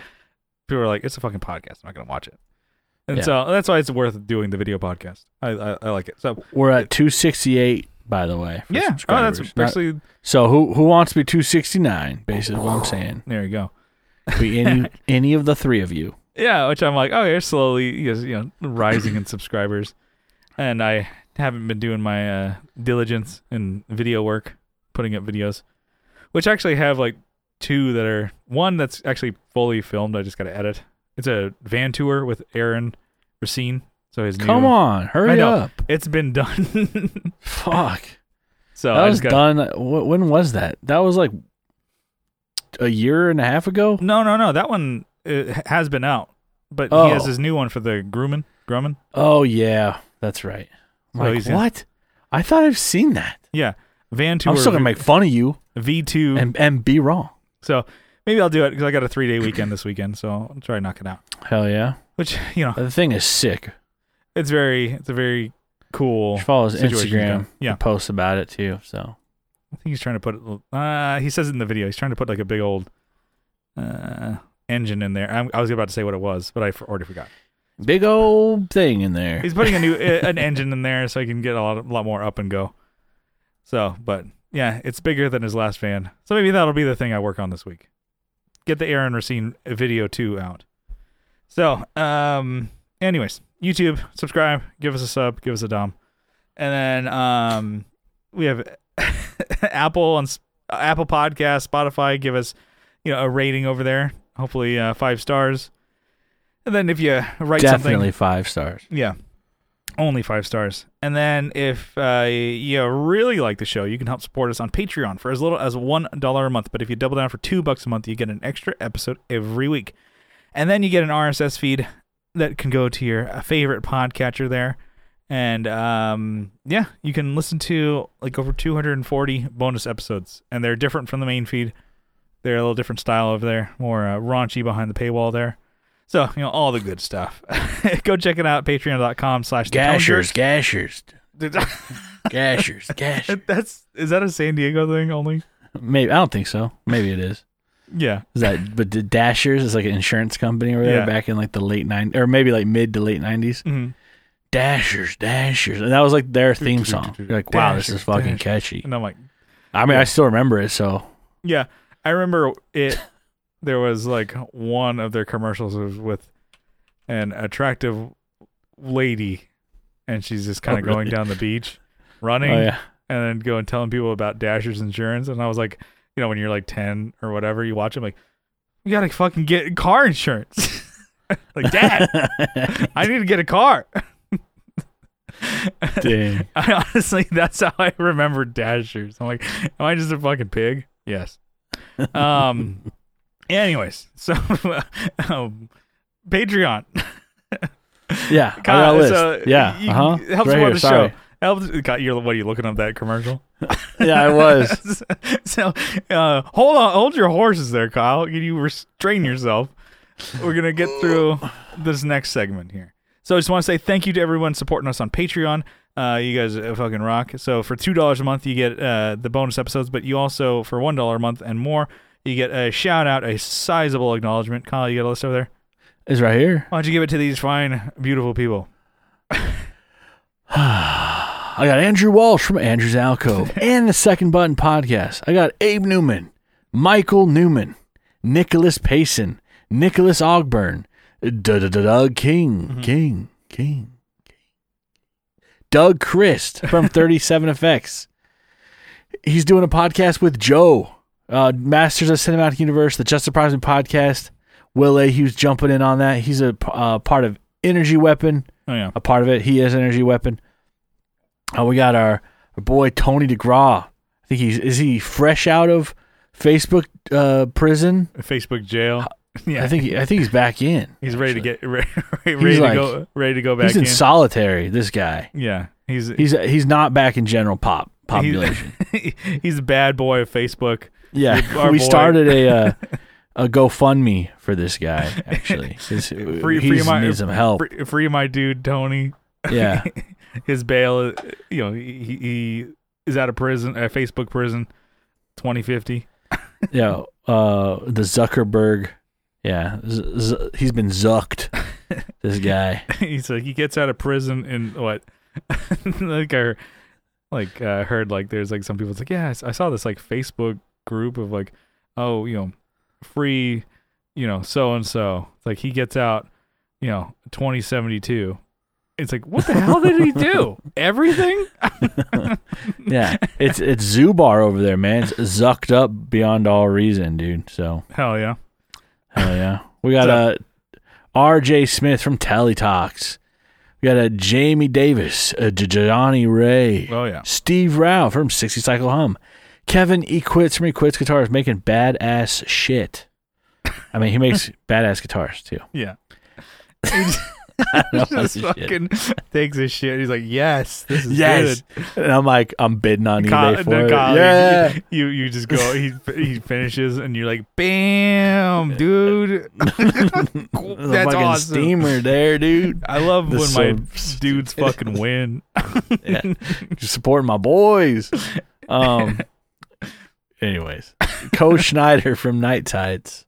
[SPEAKER 1] people are like, it's a fucking podcast, I'm not gonna watch it, and
[SPEAKER 2] Yeah.
[SPEAKER 1] so that's why it's worth doing the video podcast. I I, I like it. So
[SPEAKER 2] We're at 268, by the way. for
[SPEAKER 1] yeah, oh,
[SPEAKER 2] subscribers.
[SPEAKER 1] that's
[SPEAKER 2] Not-
[SPEAKER 1] actually
[SPEAKER 2] so who who wants to be 269? Basically, what I'm saying.
[SPEAKER 1] there you go.
[SPEAKER 2] Be any any of the three of you.
[SPEAKER 1] Yeah, which I'm like, oh, you're slowly, you know, rising in subscribers, and I haven't been doing my uh, diligence in video work, putting up videos, which I actually have like two that are one that's actually fully filmed. I just got to edit. It's a van tour with Aaron Racine. So his
[SPEAKER 2] Come
[SPEAKER 1] new,
[SPEAKER 2] on,
[SPEAKER 1] I
[SPEAKER 2] hurry
[SPEAKER 1] know.
[SPEAKER 2] up.
[SPEAKER 1] it's been done.
[SPEAKER 2] Fuck.
[SPEAKER 1] so
[SPEAKER 2] that
[SPEAKER 1] I
[SPEAKER 2] was
[SPEAKER 1] just got
[SPEAKER 2] done. wh- When was that? That was like a year and a half ago.
[SPEAKER 1] no, no, no. That one uh has been out, but
[SPEAKER 2] Oh.
[SPEAKER 1] he has his new one for the Grumman. Grumman.
[SPEAKER 2] Oh yeah, that's right. I'm
[SPEAKER 1] So
[SPEAKER 2] like
[SPEAKER 1] he's gonna-
[SPEAKER 2] what? I thought I've seen that.
[SPEAKER 1] Yeah, van tour.
[SPEAKER 2] I'm still gonna make fun of you
[SPEAKER 1] V two
[SPEAKER 2] and and be wrong.
[SPEAKER 1] So maybe I'll do it because I got a three day weekend this weekend. So I'll try to knock it out.
[SPEAKER 2] Hell yeah.
[SPEAKER 1] Which you know,
[SPEAKER 2] The thing is sick.
[SPEAKER 1] it's very it's a very cool.
[SPEAKER 2] She follows
[SPEAKER 1] situation he's
[SPEAKER 2] Instagram.
[SPEAKER 1] got. Yeah.
[SPEAKER 2] and posts about it too. So
[SPEAKER 1] I think he's trying to put. Uh, he says it in the video. He's trying to put like a big old uh, engine in there. I'm, I was about to say what it was, but I f- already forgot.
[SPEAKER 2] big old thing in there.
[SPEAKER 1] He's putting a new uh, an engine in there so he can get a lot a lot more up and go. So, but yeah, it's bigger than his last van. So maybe that'll be the thing I work on this week. Get the Aaron Racine video two out. So, um, anyways, YouTube subscribe, give us a sub, give us a dom, and then um, we have Apple on Apple Podcast, Spotify. Give us you know a rating over there. Hopefully uh, five stars. And then if you write something,
[SPEAKER 2] Definitely five stars.
[SPEAKER 1] yeah. Only five stars. And then if uh, you really like the show, you can help support us on Patreon for as little as $1 a month. But if you double down for 2 bucks a month, you get an extra episode every week. And then you get an RSS feed that can go to your uh, favorite podcatcher there. And um, yeah, you can listen to like over 240 bonus episodes. And they're different from the main feed. They're a little different style over there, more uh, raunchy behind the paywall there. So, you know, all the good stuff. Go check it out, patreon.com slash The Tone Jerks.
[SPEAKER 2] Gashers, gashers, gashers, gashers.
[SPEAKER 1] That's is that a San Diego thing only?
[SPEAKER 2] Maybe I don't think so. Maybe it is.
[SPEAKER 1] Yeah.
[SPEAKER 2] Is that but the Dashers is like an insurance company or whatever
[SPEAKER 1] Yeah.
[SPEAKER 2] back in like the late nine or maybe like mid to late nineties.
[SPEAKER 1] Mm-hmm.
[SPEAKER 2] Dashers, Dashers, and that was like their theme song. You're like, wow, this is
[SPEAKER 1] Dashers,
[SPEAKER 2] fucking
[SPEAKER 1] Dashers.
[SPEAKER 2] catchy.
[SPEAKER 1] And I'm like,
[SPEAKER 2] I mean, I still remember it. So
[SPEAKER 1] yeah. I remember it. There was like one of their commercials was with an attractive lady, and she's just kind
[SPEAKER 2] Oh,
[SPEAKER 1] of
[SPEAKER 2] really?
[SPEAKER 1] going down the beach,
[SPEAKER 2] oh
[SPEAKER 1] running,
[SPEAKER 2] yeah,
[SPEAKER 1] and then going telling people about Dasher's insurance. And I was like, you know, when you're like ten or whatever, you watch them like, you gotta fucking get car insurance. like, Dad, I need to get a car.
[SPEAKER 2] Dang.
[SPEAKER 1] I honestly, that's how I remember dashers. I'm like, am I just a fucking pig? Yes. Um. anyways, so um, Patreon.
[SPEAKER 2] Yeah. I got a list. yeah.
[SPEAKER 1] you-
[SPEAKER 2] Uh huh.
[SPEAKER 1] it Helps
[SPEAKER 2] right
[SPEAKER 1] support
[SPEAKER 2] here,
[SPEAKER 1] the
[SPEAKER 2] sorry.
[SPEAKER 1] show. Helps. God, you're, what are you looking up that commercial?
[SPEAKER 2] Yeah, I was.
[SPEAKER 1] so uh, hold on, hold your horses there, Kyle. Can you restrain yourself? We're gonna get through this next segment here. So I just want to say thank you to everyone supporting us on Patreon. Uh, you guys uh, fucking rock. So for two dollars a month, you get uh, the bonus episodes, but you also for one dollar a month and more, you get a shout out, a sizable acknowledgement. Kyle, you got a list over there.
[SPEAKER 2] It's right here.
[SPEAKER 1] Why don't you give it to these fine, beautiful people?
[SPEAKER 2] I got Andrew Walsh from Andrew's Alcove and the Second Button Podcast. I got Abe Newman, Michael Newman, Nicholas Payson, Nicholas Ogburn, Doug King, King, King, Doug Christ from 37 Effects. He's doing a podcast with Joe, uh, Masters of Cinematic Universe, the Just Surprising Podcast. Will A. Hughes jumping in on that. He's a uh, part of Energy Weapon
[SPEAKER 1] Oh yeah,
[SPEAKER 2] a part of it. He is energy weapon. Uh, we got our, our boy Tony DeGraw. I think he's is he fresh out of Facebook uh, prison.
[SPEAKER 1] Facebook jail. Yeah,
[SPEAKER 2] I think he, I think he's back in.
[SPEAKER 1] he's ready to get ready, ready to
[SPEAKER 2] like-
[SPEAKER 1] go, ready to go back
[SPEAKER 2] He's in
[SPEAKER 1] in.
[SPEAKER 2] solitary. This guy.
[SPEAKER 1] Yeah, he's he's
[SPEAKER 2] He's he's not back in general pop population.
[SPEAKER 1] he's a bad boy of Facebook.
[SPEAKER 2] yeah,
[SPEAKER 1] our
[SPEAKER 2] we
[SPEAKER 1] boy.
[SPEAKER 2] started a uh, a GoFundMe for this guy. Actually, He's- uh, he just needs some help.
[SPEAKER 1] Free, free my dude Tony.
[SPEAKER 2] Yeah,
[SPEAKER 1] His bail, uh, you know, he, he- he is out of prison, uh, Facebook prison, 2050.
[SPEAKER 2] yeah. Uh, the Zuckerberg. Yeah, Z- Z- he's been zucked. This guy.
[SPEAKER 1] he's like he gets out of prison in what? like I like uh, heard like there's like some people it's like yeah I s- I saw this like Facebook group of like oh you know free you know so and so like he gets out you know 2072. It's like what the hell did he do? Everything?
[SPEAKER 2] yeah, it's it's Zubar over there, man. It's zucked up beyond all reason, dude. So
[SPEAKER 1] Hell yeah.
[SPEAKER 2] hell yeah, we got
[SPEAKER 1] So-
[SPEAKER 2] a R.J. Smith from Tally Talks. We got a Jamie Davis, a J- Johnny Ray,
[SPEAKER 1] Oh yeah.
[SPEAKER 2] Steve Rao from Sixty Cycle Hum, Kevin Equits from Equits Guitars making badass shit. I mean, he makes badass guitars too.
[SPEAKER 1] Yeah.
[SPEAKER 2] I love
[SPEAKER 1] Just
[SPEAKER 2] this shit.
[SPEAKER 1] fucking takes his shit. He's like, yes, this is
[SPEAKER 2] Yes,
[SPEAKER 1] good.
[SPEAKER 2] and I'm like, I'm bidding on
[SPEAKER 1] Kyle-
[SPEAKER 2] eBay
[SPEAKER 1] no,
[SPEAKER 2] E for it.
[SPEAKER 1] Kyle,
[SPEAKER 2] yeah,
[SPEAKER 1] you- You you just go. He he finishes, and you're like, bam, dude.
[SPEAKER 2] The
[SPEAKER 1] That's
[SPEAKER 2] fucking
[SPEAKER 1] awesome.
[SPEAKER 2] steamer there, dude.
[SPEAKER 1] I love when
[SPEAKER 2] This
[SPEAKER 1] my
[SPEAKER 2] so
[SPEAKER 1] dudes fucking win.
[SPEAKER 2] yeah. Just supporting my boys. Um. anyways, Co Schneider from Night Tides,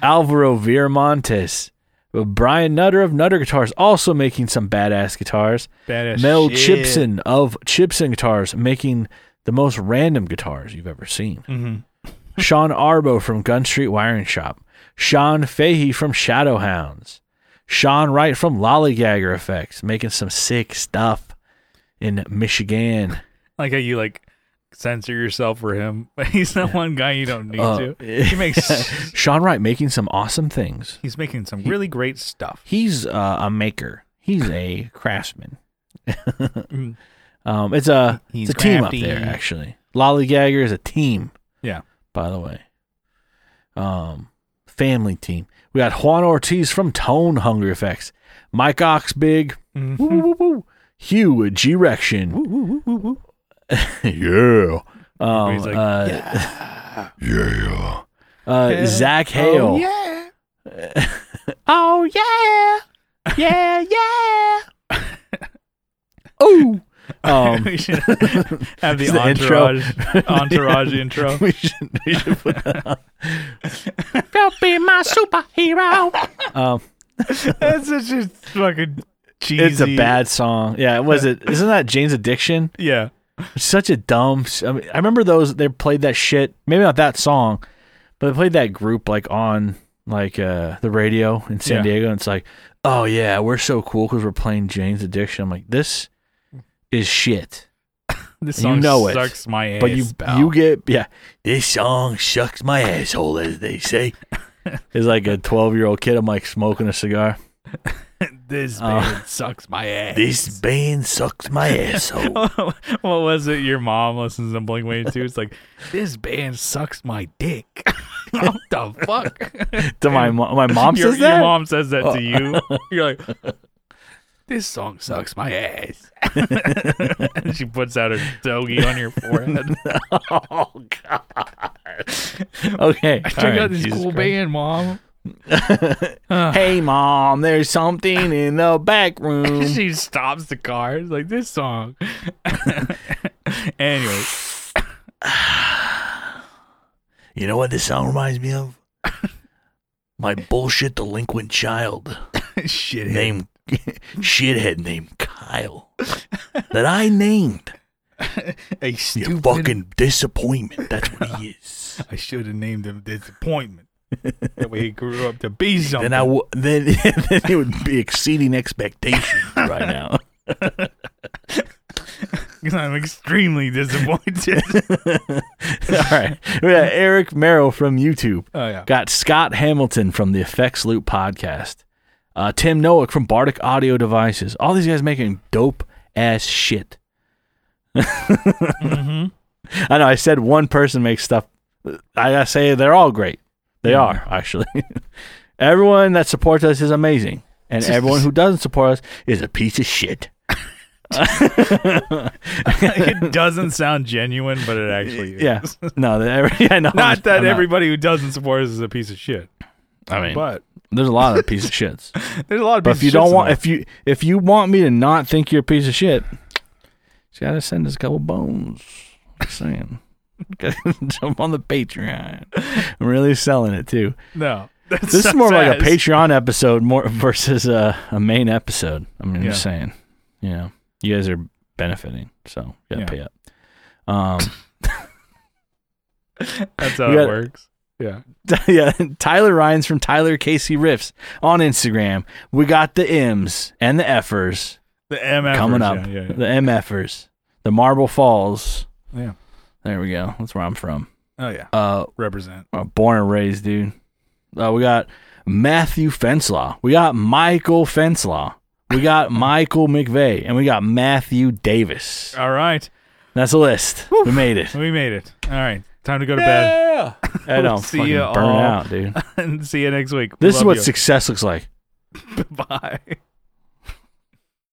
[SPEAKER 2] Alvaro Viramontes, Brian Nutter of Nutter Guitars, also making some badass guitars.
[SPEAKER 1] Badass.
[SPEAKER 2] Mel
[SPEAKER 1] shit.
[SPEAKER 2] Chipson of Chipson Guitars, making the most random guitars you've ever seen.
[SPEAKER 1] Mhm.
[SPEAKER 2] Sean Arbo from Gun Street Wiring Shop, Sean Fahey from Shadowhounds, Sean Wright from Lollygagger Effects, making some sick stuff in Michigan.
[SPEAKER 1] Like how you like censor yourself for him. He's that one guy you don't need
[SPEAKER 2] Uh,
[SPEAKER 1] to. He makes.
[SPEAKER 2] Sean Wright making some awesome things.
[SPEAKER 1] He's making some really great stuff.
[SPEAKER 2] He's uh, a maker. He's a craftsman.
[SPEAKER 1] Mm.
[SPEAKER 2] Um, it's a
[SPEAKER 1] He's
[SPEAKER 2] it's a team
[SPEAKER 1] crafty.
[SPEAKER 2] up there actually. Lollygagger is a team.
[SPEAKER 1] Yeah.
[SPEAKER 2] By the way, um, family team. We got Juan Ortiz from Tone Hunger Effects, Mike Oxbig,
[SPEAKER 1] Mhm.
[SPEAKER 2] woo, woo, woo, woo, Hugh at G-Rection. yeah. Um,
[SPEAKER 1] He's like,
[SPEAKER 2] uh, yeah. Uh, Zach Hale.
[SPEAKER 1] Oh, yeah.
[SPEAKER 2] Oh yeah, yeah yeah. oh, um,
[SPEAKER 1] we should have the,
[SPEAKER 2] It's the intro.
[SPEAKER 1] entourage entourage intro.
[SPEAKER 2] we should we should put that on. You'll be my superhero. Um,
[SPEAKER 1] That's such a fucking cheesy.
[SPEAKER 2] it's a bad song. Yeah, was it? Isn't that Jane's Addiction?
[SPEAKER 1] Yeah.
[SPEAKER 2] Such a dumb. s- I, mean, I remember those. They played that shit. Maybe not that song, but they played that group like on like uh the radio in San
[SPEAKER 1] Yeah.
[SPEAKER 2] Diego. And it's like, oh yeah, we're so cool because we're playing Jane's Addiction. I'm like, this is shit.
[SPEAKER 1] This
[SPEAKER 2] You
[SPEAKER 1] song
[SPEAKER 2] know it.
[SPEAKER 1] sucks my ass.
[SPEAKER 2] But you
[SPEAKER 1] pal.
[SPEAKER 2] you get yeah. This song sucks my asshole, as they say. It's like a twelve year old kid. I'm like smoking a cigar.
[SPEAKER 1] This
[SPEAKER 2] Oh.
[SPEAKER 1] band sucks my ass.
[SPEAKER 2] band sucked my asshole.
[SPEAKER 1] what was it? Your mom listens to Blink One Eighty Two. It's like this band sucks my dick. what the fuck?
[SPEAKER 2] to my mo- my mom
[SPEAKER 1] your,
[SPEAKER 2] says
[SPEAKER 1] your
[SPEAKER 2] that. Oh.
[SPEAKER 1] mom says that to you. You're like, this song sucks my ass. and she puts out her doggy on your forehead.
[SPEAKER 2] oh god. Okay.
[SPEAKER 1] I
[SPEAKER 2] all
[SPEAKER 1] check
[SPEAKER 2] right,
[SPEAKER 1] out this
[SPEAKER 2] Jesus
[SPEAKER 1] cool
[SPEAKER 2] Christ.
[SPEAKER 1] band, mom.
[SPEAKER 2] Hey mom, there's something in the back room.
[SPEAKER 1] she stops the car. It's like this song. anyway,
[SPEAKER 2] You know what this song reminds me of? My bullshit delinquent child
[SPEAKER 1] shit.
[SPEAKER 2] named shithead named Kyle that I named.
[SPEAKER 1] a stupid.
[SPEAKER 2] disappointment. That's what he is.
[SPEAKER 1] I should have named him disappointment. that way he grew up to be something.
[SPEAKER 2] Then I w- then then it would be exceeding expectations right now.
[SPEAKER 1] I'm extremely disappointed.
[SPEAKER 2] All right, we got Eric Merrill from YouTube.
[SPEAKER 1] oh yeah.
[SPEAKER 2] Got Scott Hamilton from the Effects Loop podcast. Uh, Tim Noack from Bardic Audio Devices. All these guys making dope ass shit.
[SPEAKER 1] Mm-hmm.
[SPEAKER 2] I know I said one person makes stuff. I gotta say they're all great. They are actually. everyone that supports us is amazing, and everyone who doesn't support us is a piece of shit.
[SPEAKER 1] it doesn't sound genuine, but it actually is.
[SPEAKER 2] Yeah, no, that every, yeah, no,
[SPEAKER 1] Not that
[SPEAKER 2] I'm
[SPEAKER 1] everybody who doesn't support us is a piece of shit,
[SPEAKER 2] I mean,
[SPEAKER 1] but
[SPEAKER 2] there's a lot of piece of shits.
[SPEAKER 1] there's a lot of.
[SPEAKER 2] But
[SPEAKER 1] piece
[SPEAKER 2] if you
[SPEAKER 1] of
[SPEAKER 2] don't
[SPEAKER 1] shits
[SPEAKER 2] want,
[SPEAKER 1] in
[SPEAKER 2] if you if you want me to not think you're a piece of shit, just gotta send us a couple bones. Just saying, Gotta jump on the Patreon. I'm really selling it too.
[SPEAKER 1] there. no, That's
[SPEAKER 2] This is
[SPEAKER 1] so
[SPEAKER 2] more like a
[SPEAKER 1] sad.
[SPEAKER 2] Patreon episode more versus a, a main episode. I mean, I'm just
[SPEAKER 1] Yeah.
[SPEAKER 2] saying, you know, you guys are benefiting, so you gotta
[SPEAKER 1] Yeah.
[SPEAKER 2] pay up. Um,
[SPEAKER 1] That's how
[SPEAKER 2] You
[SPEAKER 1] it
[SPEAKER 2] gotta-
[SPEAKER 1] works. Yeah.
[SPEAKER 2] yeah, Tyler Rhines from Tyler Casey Riffs on Instagram. We got the M's and the F'ers.
[SPEAKER 1] The MF
[SPEAKER 2] coming up.
[SPEAKER 1] Yeah, yeah,
[SPEAKER 2] The MFers, the Marble Falls.
[SPEAKER 1] yeah. Yeah.
[SPEAKER 2] There we go. That's where I'm from.
[SPEAKER 1] Oh yeah.
[SPEAKER 2] Uh,
[SPEAKER 1] Represent.
[SPEAKER 2] uh, born and raised, dude. Uh, we got Matthew Fenslaw. We got Michael Fenslaw. We got Michael McVeigh, and we got Matthew Davis.
[SPEAKER 1] All right,
[SPEAKER 2] That's a list. We made it.
[SPEAKER 1] we made it. All right, time to go to bed.
[SPEAKER 2] I don't
[SPEAKER 1] See
[SPEAKER 2] fucking
[SPEAKER 1] ya
[SPEAKER 2] burn
[SPEAKER 1] all.
[SPEAKER 2] out, dude.
[SPEAKER 1] and see you next week.
[SPEAKER 2] This is
[SPEAKER 1] Love
[SPEAKER 2] what
[SPEAKER 1] you.
[SPEAKER 2] success looks like.
[SPEAKER 1] Bye.